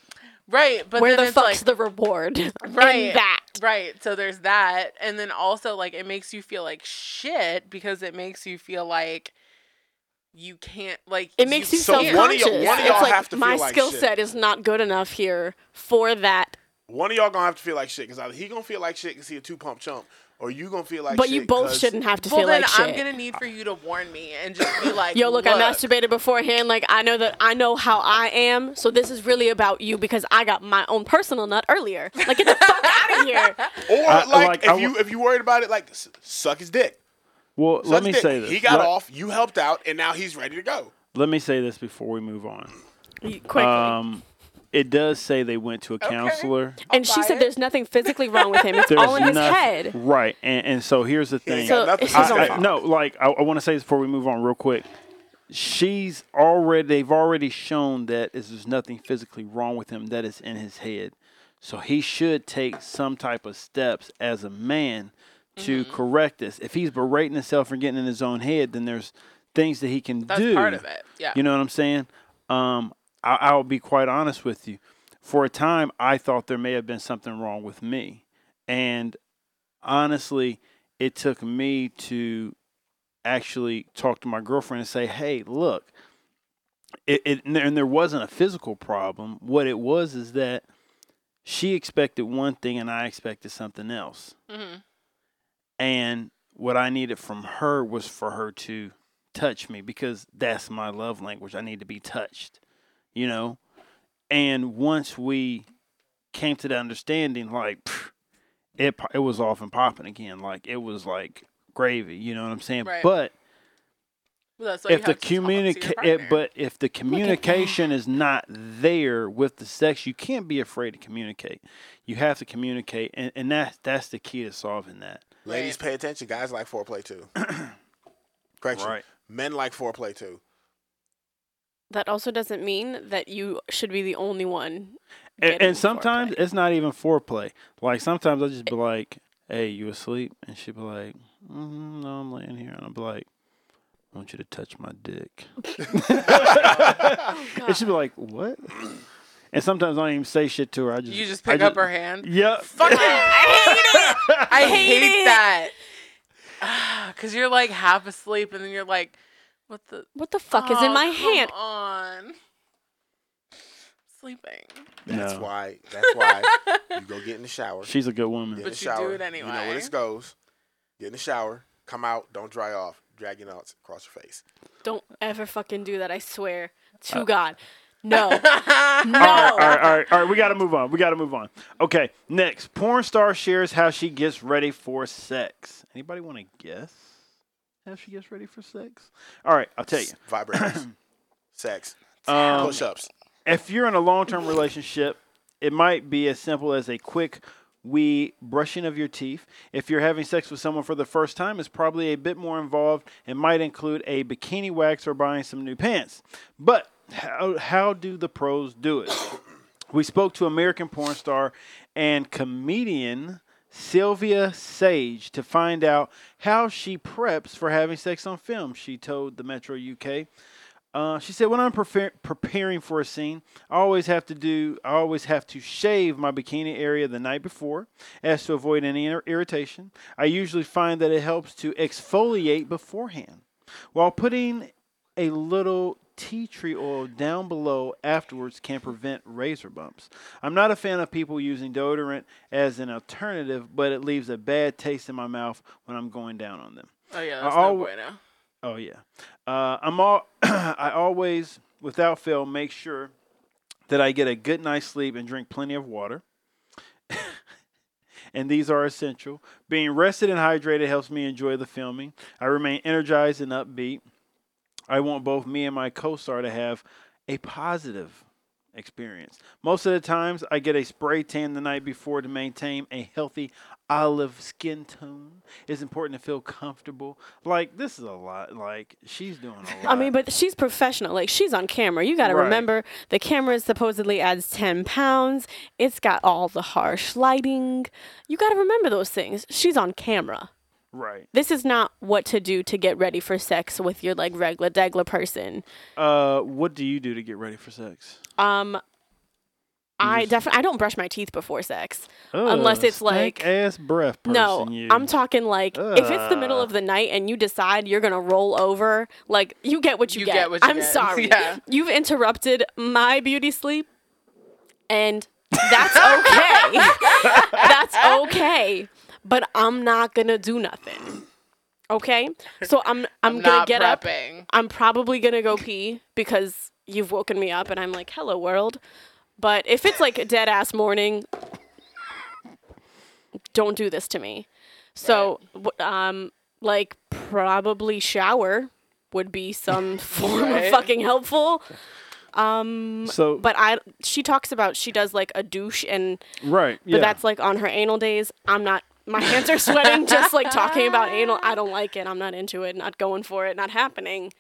S2: Right, but
S4: Where
S2: then
S4: the
S2: it's
S4: fuck's
S2: like,
S4: the reward?
S2: Right.
S4: In that.
S2: right. So there's that, and then also like it makes you feel like shit because it makes you feel like you can't like
S4: It makes you
S3: So one
S4: self
S3: of y'all-
S4: conscious.
S3: one of y'all
S4: it's like
S3: have to feel
S4: my
S3: like
S4: skill
S3: shit.
S4: set is not good enough here for that.
S3: One of y'all gonna have to feel like shit because either he gonna feel like shit because he a two pump chump, or you gonna feel like.
S4: but
S3: shit
S4: you both
S3: 'cause-
S4: shouldn't have to
S2: Well,
S4: feel
S2: then
S4: like shit.
S2: I'm gonna need for you to warn me and just be like,
S4: Yo, look,
S2: look,
S4: I masturbated beforehand. Like I know that I know how I am. So this is really about you because I got my own personal nut earlier. Like get the
S2: (laughs)
S4: fuck out of here.
S3: Or
S1: I-
S3: like,
S1: like,
S3: if
S1: I w-
S3: you if you worried about it, like s- suck his dick.
S1: Well,
S3: Suck
S1: let
S3: his
S1: me
S3: dick.
S1: say this.
S3: He got
S1: let,
S3: off. You helped out, and now he's ready to go.
S1: Let me say this before we move on.
S4: Quickly.
S1: Um, it does say they went to a counselor.
S4: and she
S2: buy
S4: said
S2: it.
S4: there's nothing physically wrong with him. It's
S1: There's
S4: all in his
S1: nothing-
S4: head.
S1: Right, and, and so here's the thing.
S3: ain't
S4: So
S3: nothing
S4: it's
S3: to
S4: his
S3: do
S4: own
S3: with
S1: I- I-
S4: fault.
S1: no, like I, I want to say this before we move on, real quick. She's already they've already shown that is there's nothing physically wrong with him that is in his head, so he should take some type of steps as a man to
S2: Mm-hmm.
S1: correct this. If he's berating himself and getting in his own head, then there's things that he can
S2: That's
S1: do.
S2: part of it. Yeah.
S1: You know what I'm saying? Um, I, I'll be quite honest with you. For a time, I thought there may have been something wrong with me, and honestly, it took me to actually talk to my girlfriend and say, "Hey, look, it, it and there wasn't a physical problem. What it was is that she expected one thing and I expected something else,
S2: Mhm.
S1: and what I needed from her was for her to touch me because that's my love language. I need to be touched, you know? And once we came to that understanding, like, pff, it, po- it was off and popping again. Like, it was like gravy, you know what I'm saying?
S2: Right.
S1: But
S2: Well, that's why you
S1: if the
S2: have to talk to your
S1: communication
S2: partner.
S1: but if the communication is not there with the sex you can't be afraid to communicate you have to communicate and, and that's that's the key to solving that
S3: Ladies,
S2: Right.
S3: pay attention. Guys like foreplay
S1: (clears throat)
S3: too. Correction.
S1: Right.
S3: Men like foreplay too.
S4: That also doesn't mean that you should be the only one.
S1: and,
S4: getting
S1: and sometimes
S4: foreplay.
S1: it's not even foreplay like sometimes i'll just be like hey you asleep and she'd be like mm, no i'm laying here and i'll be like I want you to touch my dick. (laughs) and she'd be like, "What?" And sometimes I don't even say shit to her. I just
S2: you just
S1: I
S2: pick up her hand.
S1: Yep.
S2: Fuck you. I hate,
S4: it.
S2: that. (sighs) Because you're like half asleep and then you're like, what the
S4: What the fuck is in
S2: Oh,
S4: my
S2: come
S4: hand?
S2: on. Sleeping.
S3: That's
S1: No.
S3: why. That's why you go get in the shower.
S1: She's a good woman.
S3: Get in
S2: But
S3: the
S2: you do
S3: shower.
S2: it
S3: You know
S2: anyway.
S3: where this goes. Get in the shower. Come out. Don't dry off. Drag your nuts across your face.
S4: Don't ever fucking do that. I swear
S1: Uh,
S4: to God, no, no.
S1: All right, all right, all right, all right. We got to move on. We got to move on. Okay, next. Porn star shares how she gets ready for sex. Anybody want to guess how she gets ready for sex? All right, I'll tell you. (clears throat)
S3: Vibrators. sex.
S1: Um,
S3: Push-ups.
S1: if you're in a long-term relationship, it might be as simple as a quick wee brushing of your teeth. If you're having sex with someone for the first time, it's probably a bit more involved and might include a bikini wax or buying some new pants. But how, how do the pros do it? (coughs) we spoke to American porn star and comedian Sylvia Sage to find out how she preps for having sex on film. She told the Metro UK. Uh, she said, "When I'm prefer- preparing for a scene, I always have to do. I always have to shave my bikini area the night before, as to avoid any ir- irritation. I usually find that it helps to exfoliate beforehand, while putting a little tea tree oil down below afterwards can prevent razor bumps. I'm not a fan of people using deodorant as an alternative, but it leaves a bad taste in my mouth when I'm going down on them.
S2: Oh, yeah, that's
S1: I'll-
S2: no bueno.
S1: Oh yeah. Uh, I'm all. (clears throat) I always, without fail, make sure that I get a good night's sleep and drink plenty of water. (laughs) and these are essential. Being rested and hydrated helps me enjoy the filming. I remain energized and upbeat. I want both me and my co-star to have a positive experience. Most of the times, I get a spray tan the night before to maintain a healthy olive skin tone. It's important to feel comfortable. Like this is a lot. Like she's doing a lot.
S4: (laughs) I mean, but she's professional. Like she's on camera. You got to
S1: Right.
S4: remember the camera supposedly adds ten pounds. It's got all the harsh lighting. You got to remember those things. She's on camera.
S1: right.
S4: This is not what to do to get ready for sex with your like regular degla person.
S1: Uh, what do you do to get ready for sex?
S4: Um, I definitely I don't brush my teeth before sex.
S1: Oh,
S4: Unless it's like-
S1: ass breath. Person,
S4: No,
S1: you.
S4: I'm talking like if it's the middle
S2: Uh.
S1: Ugh.
S4: of the night and you decide you're gonna roll over, like you get what you,
S2: You
S4: get.
S2: get what you
S4: I'm
S2: get. (laughs)
S4: sorry,
S2: Yeah.
S4: you've interrupted my beauty sleep, and
S2: (laughs)
S4: that's okay. that's okay, but I'm not gonna do nothing. Okay, so I'm I'm,
S2: I'm
S4: gonna
S2: not
S4: get up.
S2: prepping.
S4: I'm probably gonna go pee because you've woken me up and I'm like, hello world. But if it's like a dead ass morning, don't do this to me. So, w- um, like probably shower would be some form of
S2: Right.
S4: fucking helpful.
S1: so
S4: But I, she talks about she does like a douche and,
S1: right.
S4: but
S1: yeah.
S4: that's like on her anal days. I'm not. My hands are sweating just like talking about anal. I don't like it. I'm not into it. Not going for it. Not happening.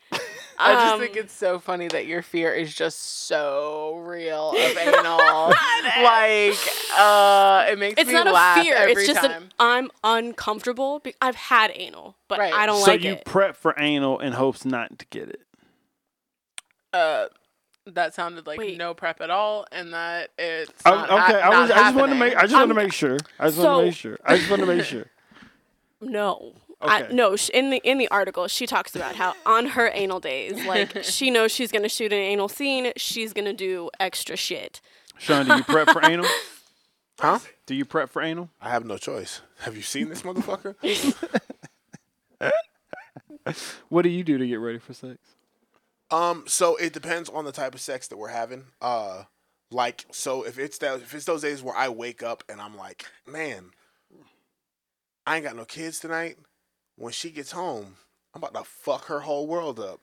S2: I just
S4: Um,
S2: think it's so funny that your fear is just so real of
S4: (laughs)
S2: anal. like, uh, it makes
S4: It's
S2: me
S4: not
S2: laugh
S4: a fear.
S2: every
S4: It's just
S2: time.
S4: an I'm uncomfortable. Be- I've had anal, but
S2: Right.
S4: I don't
S1: so
S4: like
S1: you
S4: it.
S1: prep for anal in hopes not to get it.
S2: uh, that sounded like
S4: Wait.
S2: no prep at all, and that it's
S1: I-
S2: not,
S1: Oh, okay,
S2: hap-
S1: I, was,
S2: not
S1: I just wanted to make. I
S2: happening.
S1: just wanted to
S4: I'm-
S1: make sure. I just wanted
S4: So-
S1: to make sure. I just wanted to make
S4: (laughs)
S1: sure.
S4: No. I,
S1: Okay.
S4: no, sh- in the in the article, she talks about how on her anal days, like she knows she's gonna shoot an anal scene, she's gonna do extra shit.
S1: Sean, do you prep for anal?
S3: Huh?
S1: Do you prep for anal? (laughs)
S3: I have no choice. Have you seen this motherfucker?
S1: What do you do to get ready for sex?
S3: Um, so it depends on the type of sex that we're having. Uh, like so if it's that if it's those days where I wake up and I'm like, man, I ain't got no kids tonight. When she gets home, I'm about to fuck her whole world up.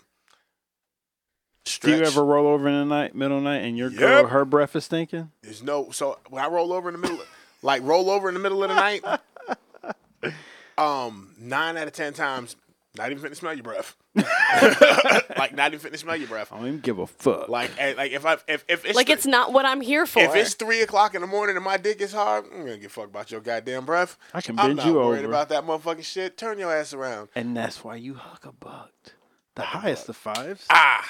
S1: Do you
S3: Stretch.
S1: ever roll over in the night, middle of the night, and your girl,
S3: Yep.
S1: her breath is stinking?
S3: There's no so when I roll over in the middle, like roll over in the middle of the night. Um, nine out of ten times, not even finna smell your breath. (laughs) like not even finna smell your breath.
S1: I don't even give a fuck.
S3: Like and, like if I if if it's
S4: Like
S3: three-
S4: it's not what I'm here for.
S3: if it's three o'clock in the morning and my dick is hard, I'm gonna get fucked about your goddamn breath.
S1: I can
S3: I'm
S1: bend
S3: not
S1: you
S3: worried
S1: over.
S3: about that motherfucking shit. Turn your ass around.
S1: and that's why you huckabucked. The highest of fives.
S3: ah,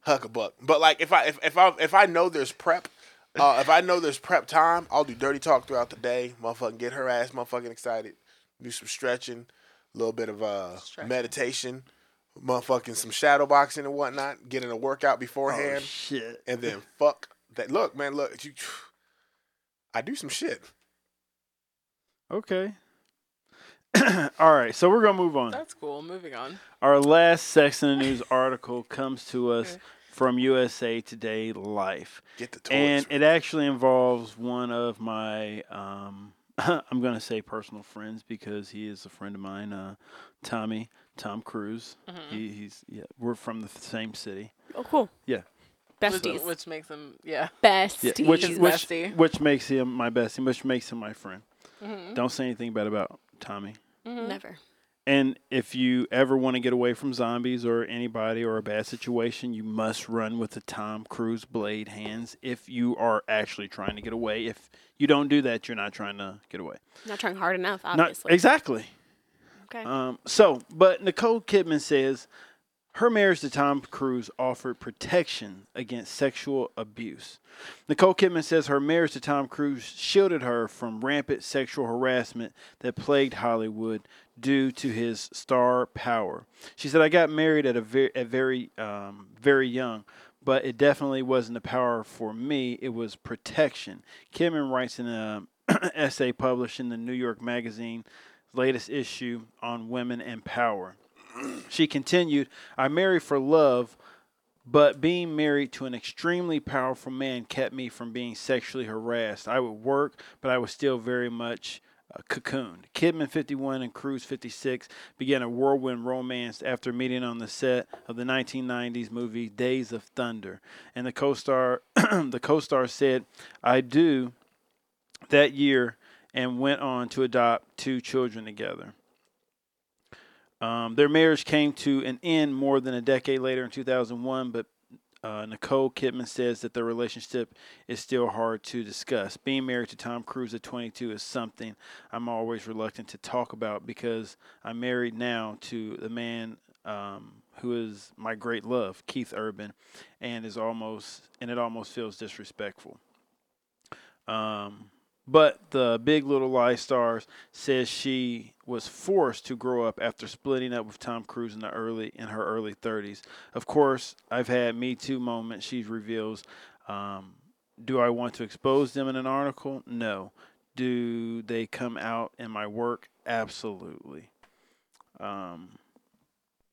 S3: huck a buck. But like if I if, if I if I know there's prep, uh, if I know there's prep time, I'll do dirty talk throughout the day. Motherfucking get her ass, motherfucking excited. Do some stretching, a little bit of uh
S2: Stretching.
S3: meditation, motherfucking some shadow boxing and whatnot. Get in a workout beforehand,
S1: Oh, shit.
S3: and then fuck that. Look, man, look, you. I do some shit.
S1: Okay. (clears throat) All right, so we're gonna move on.
S2: That's cool. Moving on.
S1: Our last Sex in the News article comes to us from USA Today Life.
S3: Get the toys.
S1: and it actually involves one of my um, (laughs) i'm going to say personal friends because he is a friend of mine uh, tommy tom cruise he, he's yeah, we're from the same city
S4: oh, cool.
S1: yeah,
S2: Which,
S4: Besties.
S2: which makes them, yeah.
S1: yeah.
S4: Besties.
S1: which
S2: His
S1: which,
S2: bestie.
S1: which makes him my bestie which makes him my friend don't say anything bad about tommy
S4: Never.
S1: and if you ever want to get away from zombies or anybody or a bad situation, you must run with the Tom Cruise blade hands if you are actually trying to get away. If you don't do that, you're not trying to get away.
S4: Not trying hard enough,
S1: Not-
S4: obviously.
S1: exactly.
S4: okay.
S1: Um, so, but Nicole Kidman says her marriage to Tom Cruise offered protection against sexual abuse. Nicole Kidman says her marriage to Tom Cruise shielded her from rampant sexual harassment that plagued Hollywood due to his star power. She said, "I got married at a very, at very, um, very young." But it definitely wasn't the power for me. It was protection. Kidman writes in an (clears throat) essay published in the New York Magazine latest issue on women and power. She continued, I married for love, but being married to an extremely powerful man kept me from being sexually harassed. I would work, but I was still very much uh, cocooned. Kidman, 51, and Cruz, 56, began a whirlwind romance after meeting on the set of the 1990s movie Days of Thunder. And the co-star, (clears throat) the co-star said, "I do." that year and went on to adopt two children together. Um, their marriage came to an end more than a decade later in 2001, but uh, Nicole Kidman says that their relationship is still hard to discuss. Being married to Tom Cruise at 22 is something I'm always reluctant to talk about because I'm married now to the man um, who is my great love, Keith Urban, and is almost and it almost feels disrespectful. Um, but the Big Little Lies stars says she was forced to grow up after splitting up with Tom Cruise in the early in her early 30s. Of course, I've had Me Too moments. She reveals. Um, do I want to expose them in an article? No. Do they come out in my work? Absolutely. Um,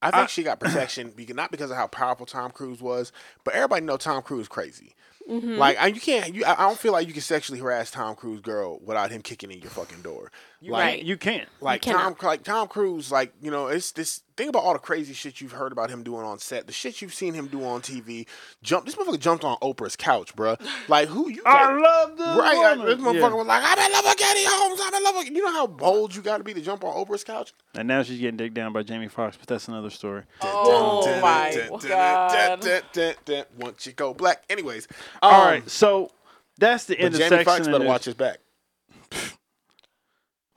S3: I think she got protection (clears throat) because not because of how powerful Tom Cruise was, but everybody know Tom Cruise crazy.
S1: Mm-hmm.
S3: Like I, you can't, you, I I don't feel like you can sexually harass Tom Cruise girl without him kicking in your fucking door. like,
S4: Right.
S1: you can't.
S3: Like Tom,
S4: cannot.
S3: like Tom Cruise, like you know, it's this think about all the crazy shit you've heard about him doing on set, the shit you've seen him do on TV. Jump, this motherfucker jumped on Oprah's couch, bruh. Like who you?
S1: (laughs) I love this
S3: Right, I-
S1: woman.
S3: this motherfucker
S1: Yeah.
S3: was like, "I'm in love with Katie Holmes. I'm in love with." You know how bold you got to be to jump on Oprah's couch?
S1: And now she's getting dicked down by Jamie Foxx, but that's another story.
S2: Oh
S3: Dun, dun,
S2: my
S3: dun, dun, dun,
S2: God.
S3: dun, dun, dun. Once you go black, anyways.
S1: All
S3: um,
S1: right, so that's the
S3: But
S1: end of
S3: Jamie
S1: section.
S3: Foxx
S1: of
S3: better
S1: this.
S3: watch his back.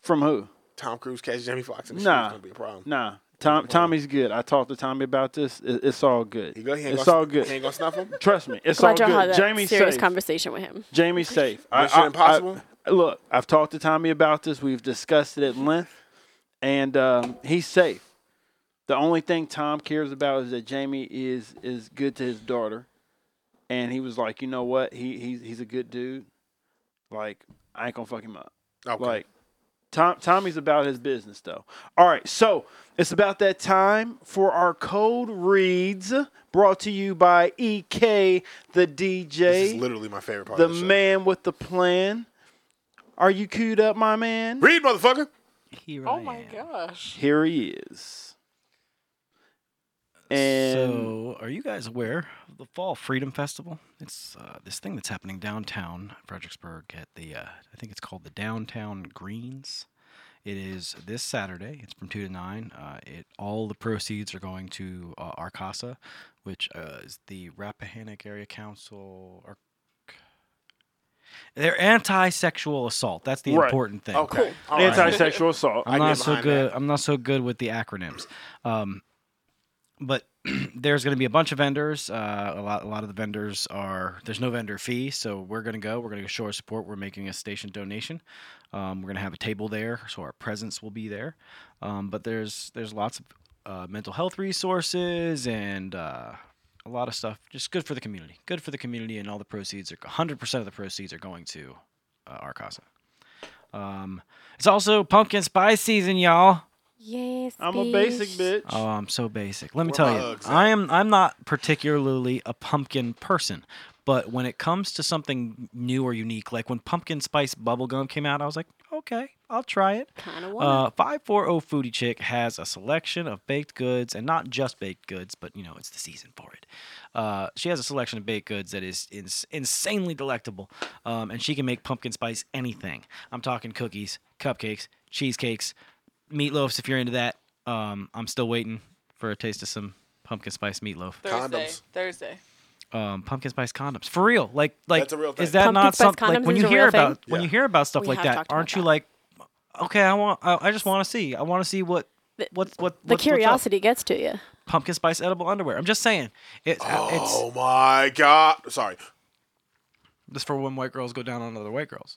S1: From who?
S3: Tom Cruise catch Jamie Foxx and
S1: Nah.
S3: nah. gonna be a problem.
S1: Nah, Tom. Tommy's good. I talked to Tommy about this. It- it's all good.
S3: He go, he ain't
S1: It's
S3: gonna,
S1: all good.
S3: He ain't gonna
S1: (laughs)
S3: snuff him.
S1: Trust me, it's all
S4: Glad y'all had
S1: good.
S4: that
S1: Jamie's
S4: serious
S1: safe.
S4: conversation with him.
S1: Jamie's safe. I-
S3: Mission
S1: I- I-
S3: Impossible?
S1: look, I've talked to Tommy about this. We've discussed it at length, and um, he's safe. The only thing Tom cares about is that Jamie is is good to his daughter, and he was like, you know what? He he's he's a good dude. Like I ain't gonna fuck him up.
S3: Okay.
S1: Like Tom, Tommy's about his business, though. All right, so it's about that time for our code reads, brought to you by EK the
S3: This is
S1: DJ,
S3: literally my favorite part
S1: the
S3: of the show.
S1: man with the plan. Are you queued up, my man?
S3: Read, motherfucker.
S5: Here
S2: Oh
S5: I
S2: my
S5: am.
S2: gosh.
S1: Here he is. And
S5: so, are you guys aware of the Fall Freedom Festival? It's uh, this thing that's happening downtown Fredericksburg at the, uh, I think it's called the Downtown Greens. It is this Saturday. It's from two to nine. Uh, it all the proceeds are going to uh, Arcasa, which uh, is the Rappahannock Area Council. Arc- They're anti-sexual assault. That's the
S1: Right.
S5: important thing.
S3: Okay. All right. (laughs)
S1: anti-sexual assault.
S3: I can
S5: I'm not
S3: get
S5: so
S3: behind
S5: good. I'm not so good with the acronyms. Um, but (clears throat) there's going to be a bunch of vendors. Uh, a lot, a lot of the vendors are. There's no vendor fee, so we're going to go. We're going to show our support. We're making a station donation. Um, we're going to have a table there, so our presence will be there. Um, but there's there's lots of uh, mental health resources and uh, a lot of stuff. Just good for the community. Good for the community, and all the proceeds are 100% of the proceeds are going to uh, our casa. Um, it's also pumpkin spice season, y'all.
S4: Yes.
S1: I'm a basic bitch.
S5: Oh, I'm so basic. Let me
S3: Where
S5: tell
S3: my
S5: you,
S3: Uggs at?
S5: I am. I'm not particularly a pumpkin person, but when it comes to something new or unique, like when pumpkin spice bubblegum came out, I was like, okay, I'll try it.
S4: Kind of want
S5: Uh, 540 Foodie Chick has a selection of baked goods, and not just baked goods, but you know, it's the season for it. Uh, she has a selection of baked goods that is ins- insanely delectable, um, and she can make pumpkin spice anything. I'm talking cookies, cupcakes, cheesecakes, meatloafs if you're into that. Um, I'm still waiting for a taste of some pumpkin spice meatloaf.
S2: Thursday.
S3: Condoms.
S2: Thursday.
S5: Um, pumpkin spice condoms for real. Like, like
S3: That's a real
S5: is
S3: thing.
S5: that
S4: Pumpkin
S5: not
S4: spice
S5: something? Like
S4: condoms
S5: when
S4: is
S5: you
S4: a
S5: hear
S4: real thing?
S5: about when
S3: Yeah.
S5: you hear about stuff
S4: We
S5: like
S4: have
S5: that,
S4: talked about
S5: aren't you
S4: that.
S5: like, okay, I want, I, I just want to see, I want to see what,
S4: The-
S5: what's what,
S4: the
S5: what's, what's up.
S4: curiosity gets to you.
S5: pumpkin spice edible underwear. I'm just saying, it,
S3: Oh my god. Sorry.
S5: it's just for when white girls go down on other white girls.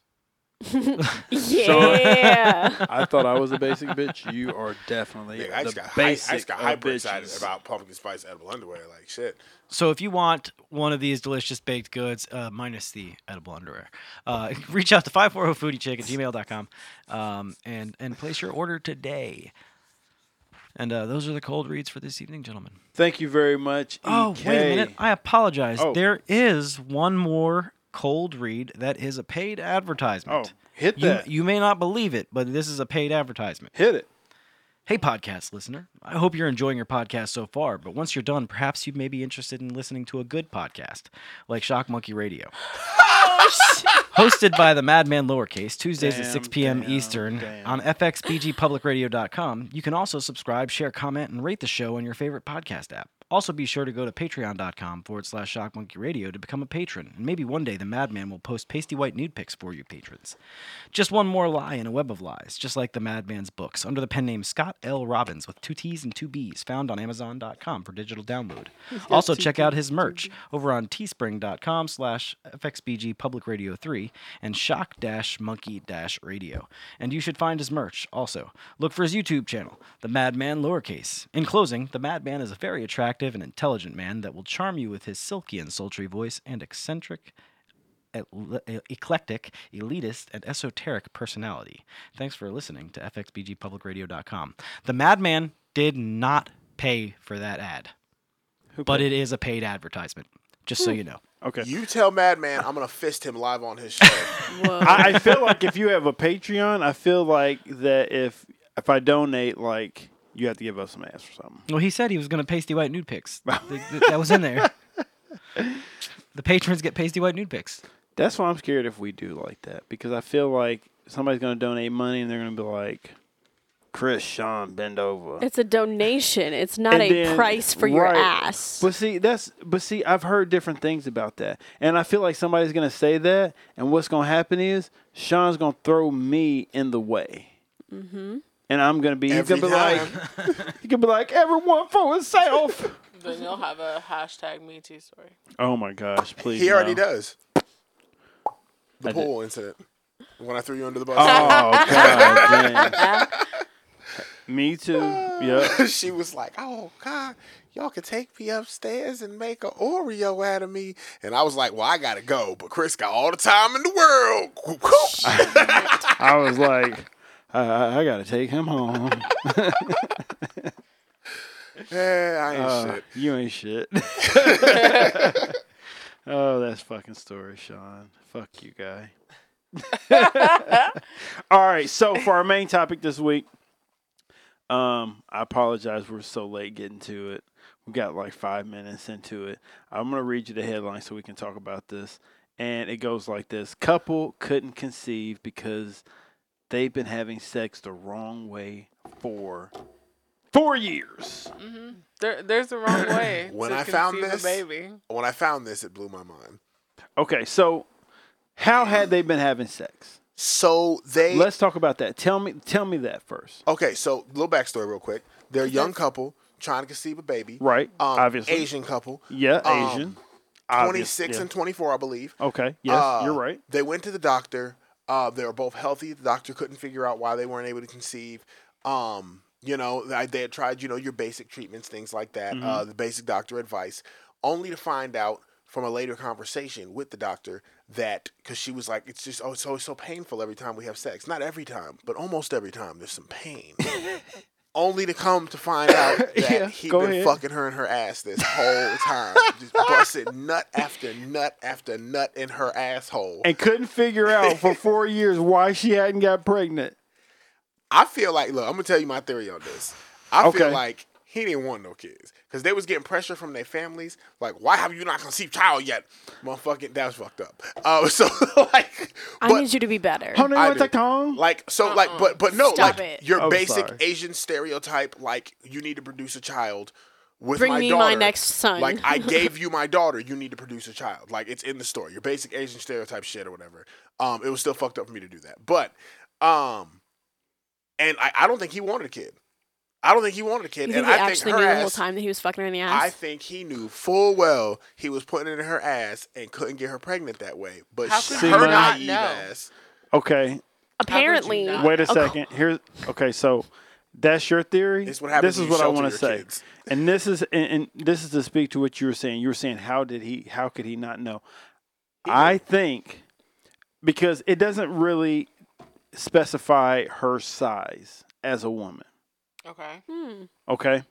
S1: (laughs)
S4: Yeah.
S1: I thought I was a basic (laughs) bitch. You are definitely
S3: Nigga, I
S1: the
S3: just got high, I
S1: basic
S3: just got
S1: of
S3: hyper excited
S1: bitches.
S3: about pumpkin spice edible underwear. Like shit.
S5: So if you want one of these delicious baked goods, uh, minus the edible underwear, uh, (laughs) reach out to 540foodiechick at gmail.com um, and, and place your order today. And uh, those are the cold reads for this evening, gentlemen.
S1: Thank you very much. E
S5: Oh, wait a
S1: EK.
S5: minute. I apologize.
S1: Oh.
S5: There is one more cold read that is a paid advertisement.
S1: Oh, hit
S5: You,
S1: that.
S5: you may not believe it, but this is a paid advertisement.
S1: Hit it.
S5: Hey, podcast listener. I hope you're enjoying your podcast so far, but once you're done, perhaps you may be interested in listening to a good podcast like Shock Monkey Radio. Hosted by the Madman Lowercase, Tuesdays at
S1: Damn,
S5: 6 p.m.
S1: damn,
S5: Eastern
S1: damn.
S5: on fxbgpublicradio.com. You can also subscribe, share, comment, and rate the show on your favorite podcast app. Also, be sure to go to patreon.com forward slash shock monkey radio to become a patron, and maybe one day the madman will post pasty white nude pics for you patrons. Just one more lie in a web of lies, just like the madman's books, under the pen name Scott L. Robbins with two T's and two B's, found on Amazon.com for digital download. Also, check out his merch over on teespring.com slash FXBG Public Radio 3 and shock dash monkey dash radio. And you should find his merch also. Look for his YouTube channel, The Madman Lowercase. In closing, The Madman is a very attractive and intelligent man that will charm you with his silky and sultry voice and eccentric el- e-, eclectic, elitist, and esoteric personality. Thanks for listening to fxbgpublicradio.com. The Madman did not pay for that ad, but it is a paid advertisement. Just so you know,
S1: Okay.
S3: You tell Madman I'm gonna fist him live on his show.
S4: Whoa.
S1: I, I feel like if you have a Patreon, I feel like that if if I donate, like you have to give us some ass or something.
S5: well, he said he was going to pasty white nude pics. Th- th- that was in there. The patrons get pasty white nude pics.
S1: That's why I'm scared if we do like that because I feel like somebody's gonna donate money and they're gonna be like, Chris, Sean, bend over.
S4: it's a donation. It's not
S1: And
S4: a
S1: then-
S4: price for your
S1: right.
S4: ass.
S1: But see, that's but see, I've heard different things about that, and I feel like somebody's gonna say that, and what's gonna happen is Sean's gonna throw me in the way, mm-hmm. and I'm gonna be (laughs) he's
S3: Every
S1: gonna be
S3: time.
S1: like he's gonna be like everyone for himself.
S2: Then you'll have a hashtag Me Too story.
S1: (laughs) oh my gosh, please!
S3: he already
S1: no.
S3: does. The
S1: I did-
S3: pool incident. When I threw you under the bus.
S1: Oh god, dang. me too. Yep.
S3: (laughs) she was like, "Oh God, y'all can take me upstairs and make an Oreo out of me." And I was like, "Well, I gotta (laughs) go, but Chris got all the time in the world."
S1: I was like, I, I, I got to take him home.
S3: Eh, I ain't
S1: Uh,
S3: shit.
S1: (laughs) You ain't
S3: (laughs)
S1: shit. oh, that's fucking story, Sean. Fuck you, guy. (laughs) All right, so for our main topic this week, um, I apologize we're so late getting to it. We got like five minutes into it. I'm gonna read you the headline so we can talk about this. And it goes like this: Couple couldn't conceive because they've been having sex the wrong way for four years.
S2: There, there's the (coughs) wrong way.
S3: When
S2: to
S3: I found
S2: conceive a
S3: this-
S2: baby,
S3: When I found this, it blew my mind.
S1: Okay, so how had they been having sex?
S3: So they
S1: Let's talk about that. Tell me, tell me that first.
S3: Okay, so little backstory real quick. They're a young couple trying to conceive a baby.
S1: Right,
S3: Um,
S1: obviously.
S3: Asian couple.
S1: Yeah,
S3: Um,
S1: Asian.
S3: Twenty
S1: Obvious,
S3: six
S1: yeah.
S3: and twenty four, I believe.
S1: Okay. Yes,
S3: Uh,
S1: you're right.
S3: They went to the doctor. Uh, they were both healthy. The doctor couldn't figure out why they weren't able to conceive. Um, you know, like, they had tried, you know, your basic treatments, things like that, uh,
S1: Mm-hmm.
S3: the basic doctor advice, only to find out from a later conversation with the doctor that because she was like, it's just oh, it's always so painful every time we have sex. Not every time, but almost every time. There's some
S1: (laughs)
S3: pain. Only to come to find out that
S1: Yeah,
S3: he'd
S1: go
S3: been
S1: ahead.
S3: fucking her in her ass this whole time,
S1: (laughs)
S3: just busted nut after nut after nut in her asshole.
S1: And couldn't figure out
S3: (laughs)
S1: for four years why she hadn't got pregnant.
S3: I feel like, look, I'm gonna tell you my theory on this. I
S1: Okay.
S3: feel like he didn't want no kids because they was getting pressure from their families. Like, why have you not conceived child yet? Motherfucking, that was fucked up. Uh, (laughs) so like,
S4: I
S3: but
S4: need you to be better.
S1: Honey,
S3: I
S1: want
S3: do.
S1: to come?
S3: like, so like, but but no,
S4: Uh-uh. Stop
S3: like
S4: it.
S3: your
S1: I'm
S3: basic
S1: sorry.
S3: Asian stereotype, like you need to produce a child. With
S4: Bring
S3: my
S4: me
S3: daughter.
S4: my next son.
S3: Like
S4: (laughs)
S3: I gave you my daughter, you need to produce a child. Like it's in the story. Your basic Asian stereotype shit or whatever. Um, it was still fucked up for me to do that. But um and I, I don't think he wanted a kid. I don't think he wanted a kid.
S4: you
S3: and
S4: think he
S3: I think
S4: actually
S3: her
S4: knew the
S3: ass,
S4: whole time that he was fucking her in the ass?
S3: I think he knew full well he was putting it in her ass and couldn't get her pregnant that way. But
S2: How
S3: she,
S2: could
S1: you
S3: her
S1: not
S3: naive
S2: know?
S3: ass.
S1: Okay.
S4: Apparently.
S2: not?
S1: Wait a
S4: Okay.
S1: second. Here. Okay. So that's your theory.
S3: It's what happens
S1: This is
S3: when you
S1: what I
S3: shelter
S1: want to
S3: your
S1: say.
S3: kids.
S1: And this is and, and this is to speak to what you were saying. You were saying how did he? How could he not know? I think because it doesn't really specify her size as a woman.
S2: okay.
S4: Hmm.
S1: Okay.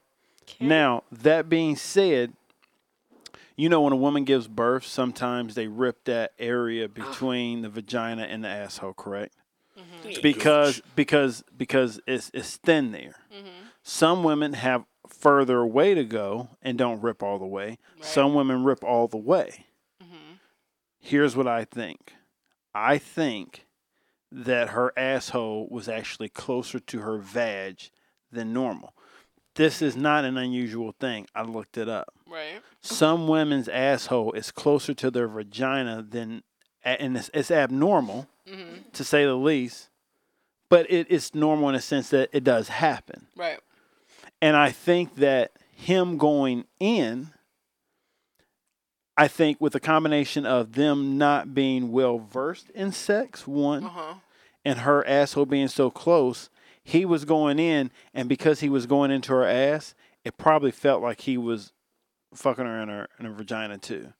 S4: Mm-hmm.
S1: Now, that being said, you know when a woman gives birth, sometimes they rip that area between the vagina and the asshole, correct? Because because because it's it's thin there. Some women have further way to go and don't rip all the way. Some women rip all the way. Here's what I think. I think that her asshole was actually closer to her vag than normal. This is not an unusual thing. I looked it up.
S2: Right.
S1: Some women's asshole is closer to their vagina than, and it's, it's abnormal to say the least, but it is normal in a sense that it does happen.
S2: Right.
S1: And I think that him going in, I think with a combination of them not being well versed in sex, one,
S2: Uh huh.
S1: and her asshole being so close, he was going in, and because he was going into her ass, it probably felt like he was fucking her in her in her vagina too,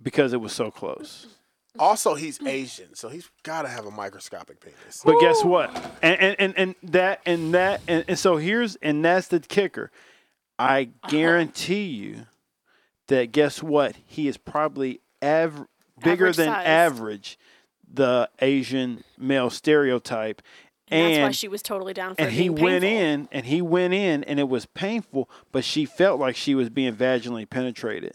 S1: because it was so close.
S3: Also he's Asian, so he's gotta have a microscopic penis.
S1: But guess what? And and and, and that and that and, and so here's and that's the kicker. I
S4: Uh-huh.
S1: guarantee you that guess what? He is probably av- bigger
S4: Average
S1: than
S4: size.
S1: average, the Asian male stereotype.
S4: And
S1: And
S4: that's why she was totally down for
S1: and
S4: it
S1: he
S4: being
S1: went
S4: painful.
S1: in and he went in and it was painful but she felt like she was being vaginally penetrated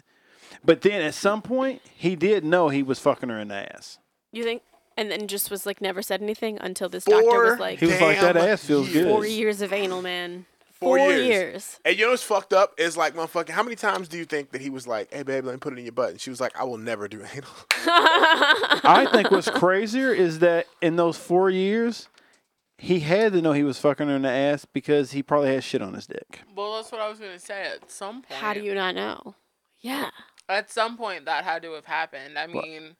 S1: but then at some point he did know he was fucking her in the ass
S4: You think? And then just was like never said anything until this doctor
S3: Four
S4: was like
S1: He was like, "That
S3: damn
S1: ass feels good."
S3: years.
S4: four years of anal, man.
S3: Four years.
S4: years.
S3: And you know what's fucked up is like motherfucking. How many times do you think that he was like, "Hey babe, let me put it in your butt," and she was like, "I will never do (laughs) anal."
S1: i think what's crazier is that in those four years he had to know he was fucking her in the ass because he probably had shit on his dick
S2: Well, that's what I was gonna say. At some point,
S4: How do you not know? Yeah.
S2: At some point, that had to have happened. I
S1: What?
S2: mean,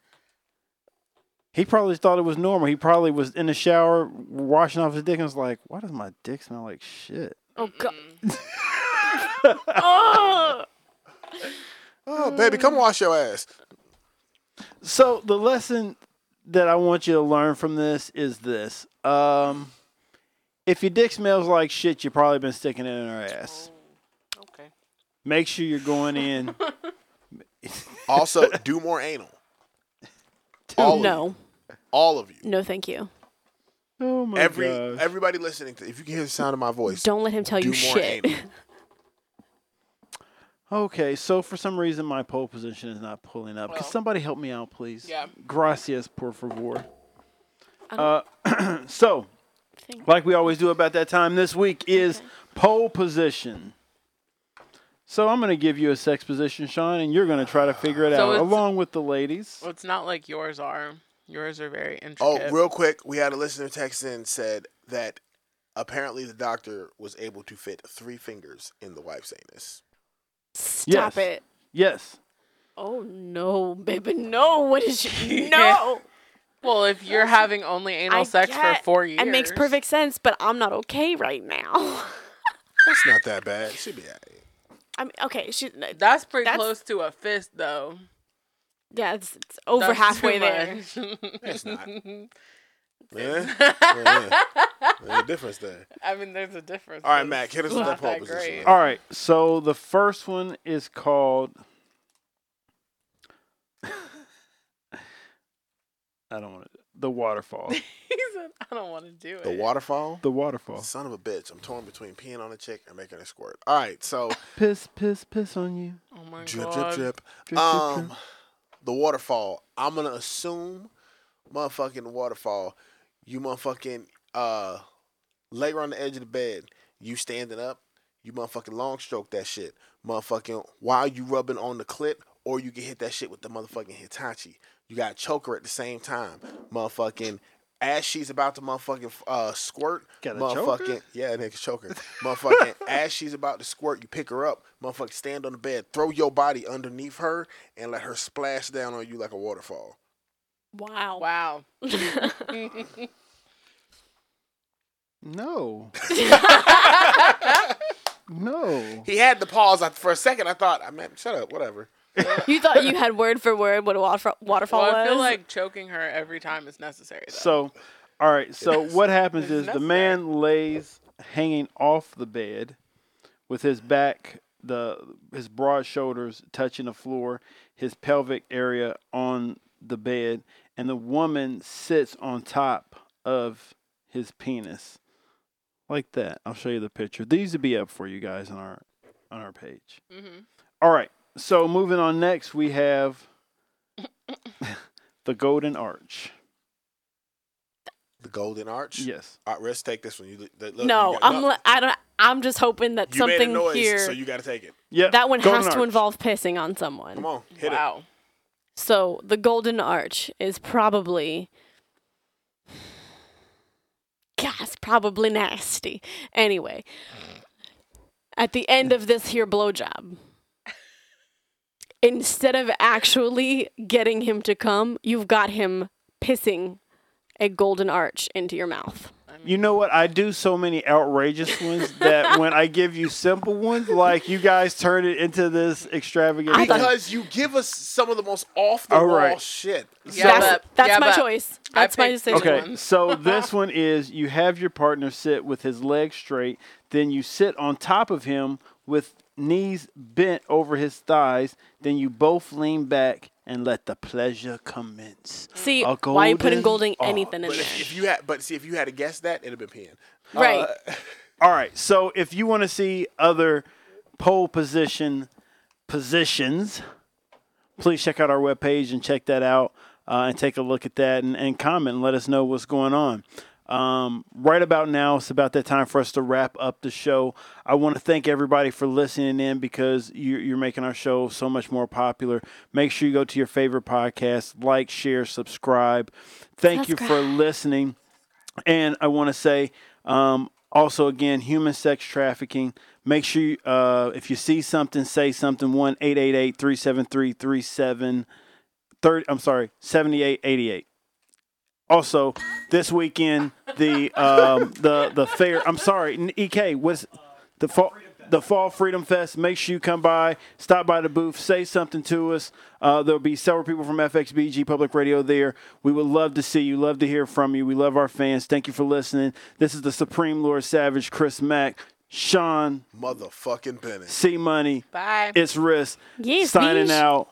S1: he probably thought it was normal he probably was in the shower washing off his dick and was like why does my dick smell like shit
S4: Oh god.
S3: Mm.
S4: oh.
S3: oh baby, come wash your ass.
S1: So the lesson that I want you to learn from this is this: um, If your dick smells like shit, you've probably been sticking it in her ass.
S2: Okay.
S1: Make sure you're going
S3: (laughs)
S1: in.
S4: (laughs)
S3: Also, do more anal. All of you.
S4: no,
S3: all of you.
S4: no, thank you.
S1: oh my
S3: Every
S1: gosh.
S3: everybody listening to, if you can hear the sound of my voice,
S4: Don't let him tell
S3: do
S4: you
S3: more
S4: shit.
S3: anal.
S1: okay, so for some reason my pole position is not pulling up. Could
S2: Well.
S1: somebody help me out, please?
S2: Yeah.
S1: Gracias, por favor.
S4: I
S1: Uh, (clears throat) so,
S4: Thank-
S1: like we always do about that time this week is pole position. So I'm going to give you a sex position, Sean, and you're going to try to figure it
S2: So
S1: out
S2: it's-
S1: along with the ladies.
S2: Well, it's not like yours are. Yours are very
S3: Oh,
S2: intricate.
S3: real quick, we had a listener text in said that apparently the doctor was able to fit three fingers in the wife's anus.
S4: (laughs)
S1: Yes.
S4: Stop it.
S1: Yes.
S4: Oh no, baby, no. What
S2: (laughs)
S4: is you? No.
S2: Well, if you're having only anal
S4: I
S2: sex for
S4: get-
S2: four years,
S4: It makes perfect sense, but I'm not okay right now. (laughs)
S3: That's not that bad. Should be all right.
S4: I mean, okay, she,
S2: That's pretty
S4: That's-
S2: close to a fist, though.
S4: yeah, it's, it's over
S2: That's too
S4: halfway there.
S2: much. (laughs)
S3: It's
S4: (laughs)
S3: not. Eh? Eh, eh. There's a difference there.
S2: I mean, there's a difference.
S3: All right,
S2: but
S3: Mac,
S2: it's
S3: hit us with
S2: not
S3: that pole
S2: great. (laughs)
S3: position.
S1: All right. So the first one is called. (laughs) I don't want to. The waterfall.
S2: He said, "I don't want to do it."
S3: The waterfall.
S1: the waterfall.
S3: Son of a bitch. I'm torn between peeing on a chick and making her squirt. All right, so
S1: Piss, piss, piss on you.
S2: Oh my
S3: drip,
S2: god.
S3: drip, drip.
S1: Drip, drip, drip.
S3: Um, the waterfall. I'm gonna assume, motherfucking waterfall. You motherfucking uh, lay on the edge of the bed. You standing up. You motherfucking long stroke that shit. Motherfucking while you rubbing on the clit, or you can hit that shit with the motherfucking Hitachi. You got choker at the same time, motherfucking. As she's about to motherfucking uh, squirt,
S1: Got a
S3: motherfucking
S1: choker?
S3: yeah, nigga choker,
S1: (laughs)
S3: motherfucking. as she's about to squirt, you pick her up, motherfucking. Stand on the bed, throw your body underneath her, and let her splash down on you like a waterfall.
S4: Wow.
S2: Wow.
S1: No. no.
S3: He had the pause I- for a second. I thought, I meant, shut up, whatever.
S4: You thought you had word for word what
S2: (laughs)
S4: a waterfall, waterfall
S2: Well, I
S4: was?
S2: feel like choking her every time is necessary. Though.
S1: So, all right. So what happens is the
S2: nothing.
S1: man lays hanging off the bed, with his back, the his broad shoulders touching the floor, his pelvic area on the bed, and the woman sits on top of his penis, like that. I'll show you the picture. These will be up for you guys on our on our page. All right. So moving on next, we have (laughs) the golden arch.
S3: The golden arch.
S1: Yes.
S3: All right, let's take this one. You, the, the, look,
S4: no,
S3: you got-
S4: I'm. li- I don't. I'm just hoping that
S3: you made
S4: something
S3: a noise,
S4: here.
S3: so you got to take it.
S1: Yeah.
S4: that one
S1: golden
S4: has to
S1: arch.
S4: involve pissing on someone.
S3: Come on, hit it.
S2: wow.
S4: So the golden arch is probably. God, it's probably nasty. Anyway, at the end of this here blowjob, instead of actually getting him to come, you've got him pissing a golden arch into your mouth.
S1: You know what? I do so many outrageous ones
S4: (laughs)
S1: that when I give you simple ones, like you guys turn it into this extravagant.
S4: I thought-
S1: thing.
S3: Because you give us some of the most off the
S1: All
S3: wall
S1: right.
S3: shit.
S2: Yeah,
S4: that's
S2: but-
S4: that's
S2: yeah,
S4: my
S2: but
S4: choice.
S2: I
S4: That's my
S2: picked-
S4: decision.
S1: okay,
S2: one.
S4: (laughs)
S1: so this one is you have your partner sit with his legs straight, then you sit on top of him with knees bent over his thighs, then you both lean back and let the pleasure commence.
S4: See,
S1: A
S4: why are you putting
S1: golden
S4: golden anything in
S3: But
S4: there?
S3: if, if you had, but see, if you had to guess that, it'd have been peeing.
S4: Right.
S1: Uh, All right, so if you want to see other pole position positions, please check out our webpage and check that out uh, and take a look at that and, and comment and let us know what's going on. Um, right about now, it's about that time for us to wrap up the show. I want to thank everybody for listening in because you're, you're making our show so much more popular. Make sure you go to your favorite podcast, like, share, subscribe. Thank you for
S4: Subscribe.
S1: listening. And I want to say um, also again, human sex trafficking. Make sure you, uh, if you see something, say something. 1 888 373 I'm sorry, 7888. Also, this weekend, E the um, the the fair. I'm sorry, n- EK, what's the fall? the Fall Freedom Fest. Make sure you come by, stop by the booth, say something to us. Uh, there'll be several people from FXBG Public Radio there. We would love to see you, love to hear from you. We love our fans. Thank you for listening. This is the Supreme Lord Savage, Chris Mack, Sean,
S3: Motherfucking Bennett.
S1: C Money,
S2: Bye.
S1: It's Risk,
S4: Yes,
S1: signing
S4: bitch.
S1: out.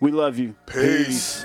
S1: We love you.
S3: Peace.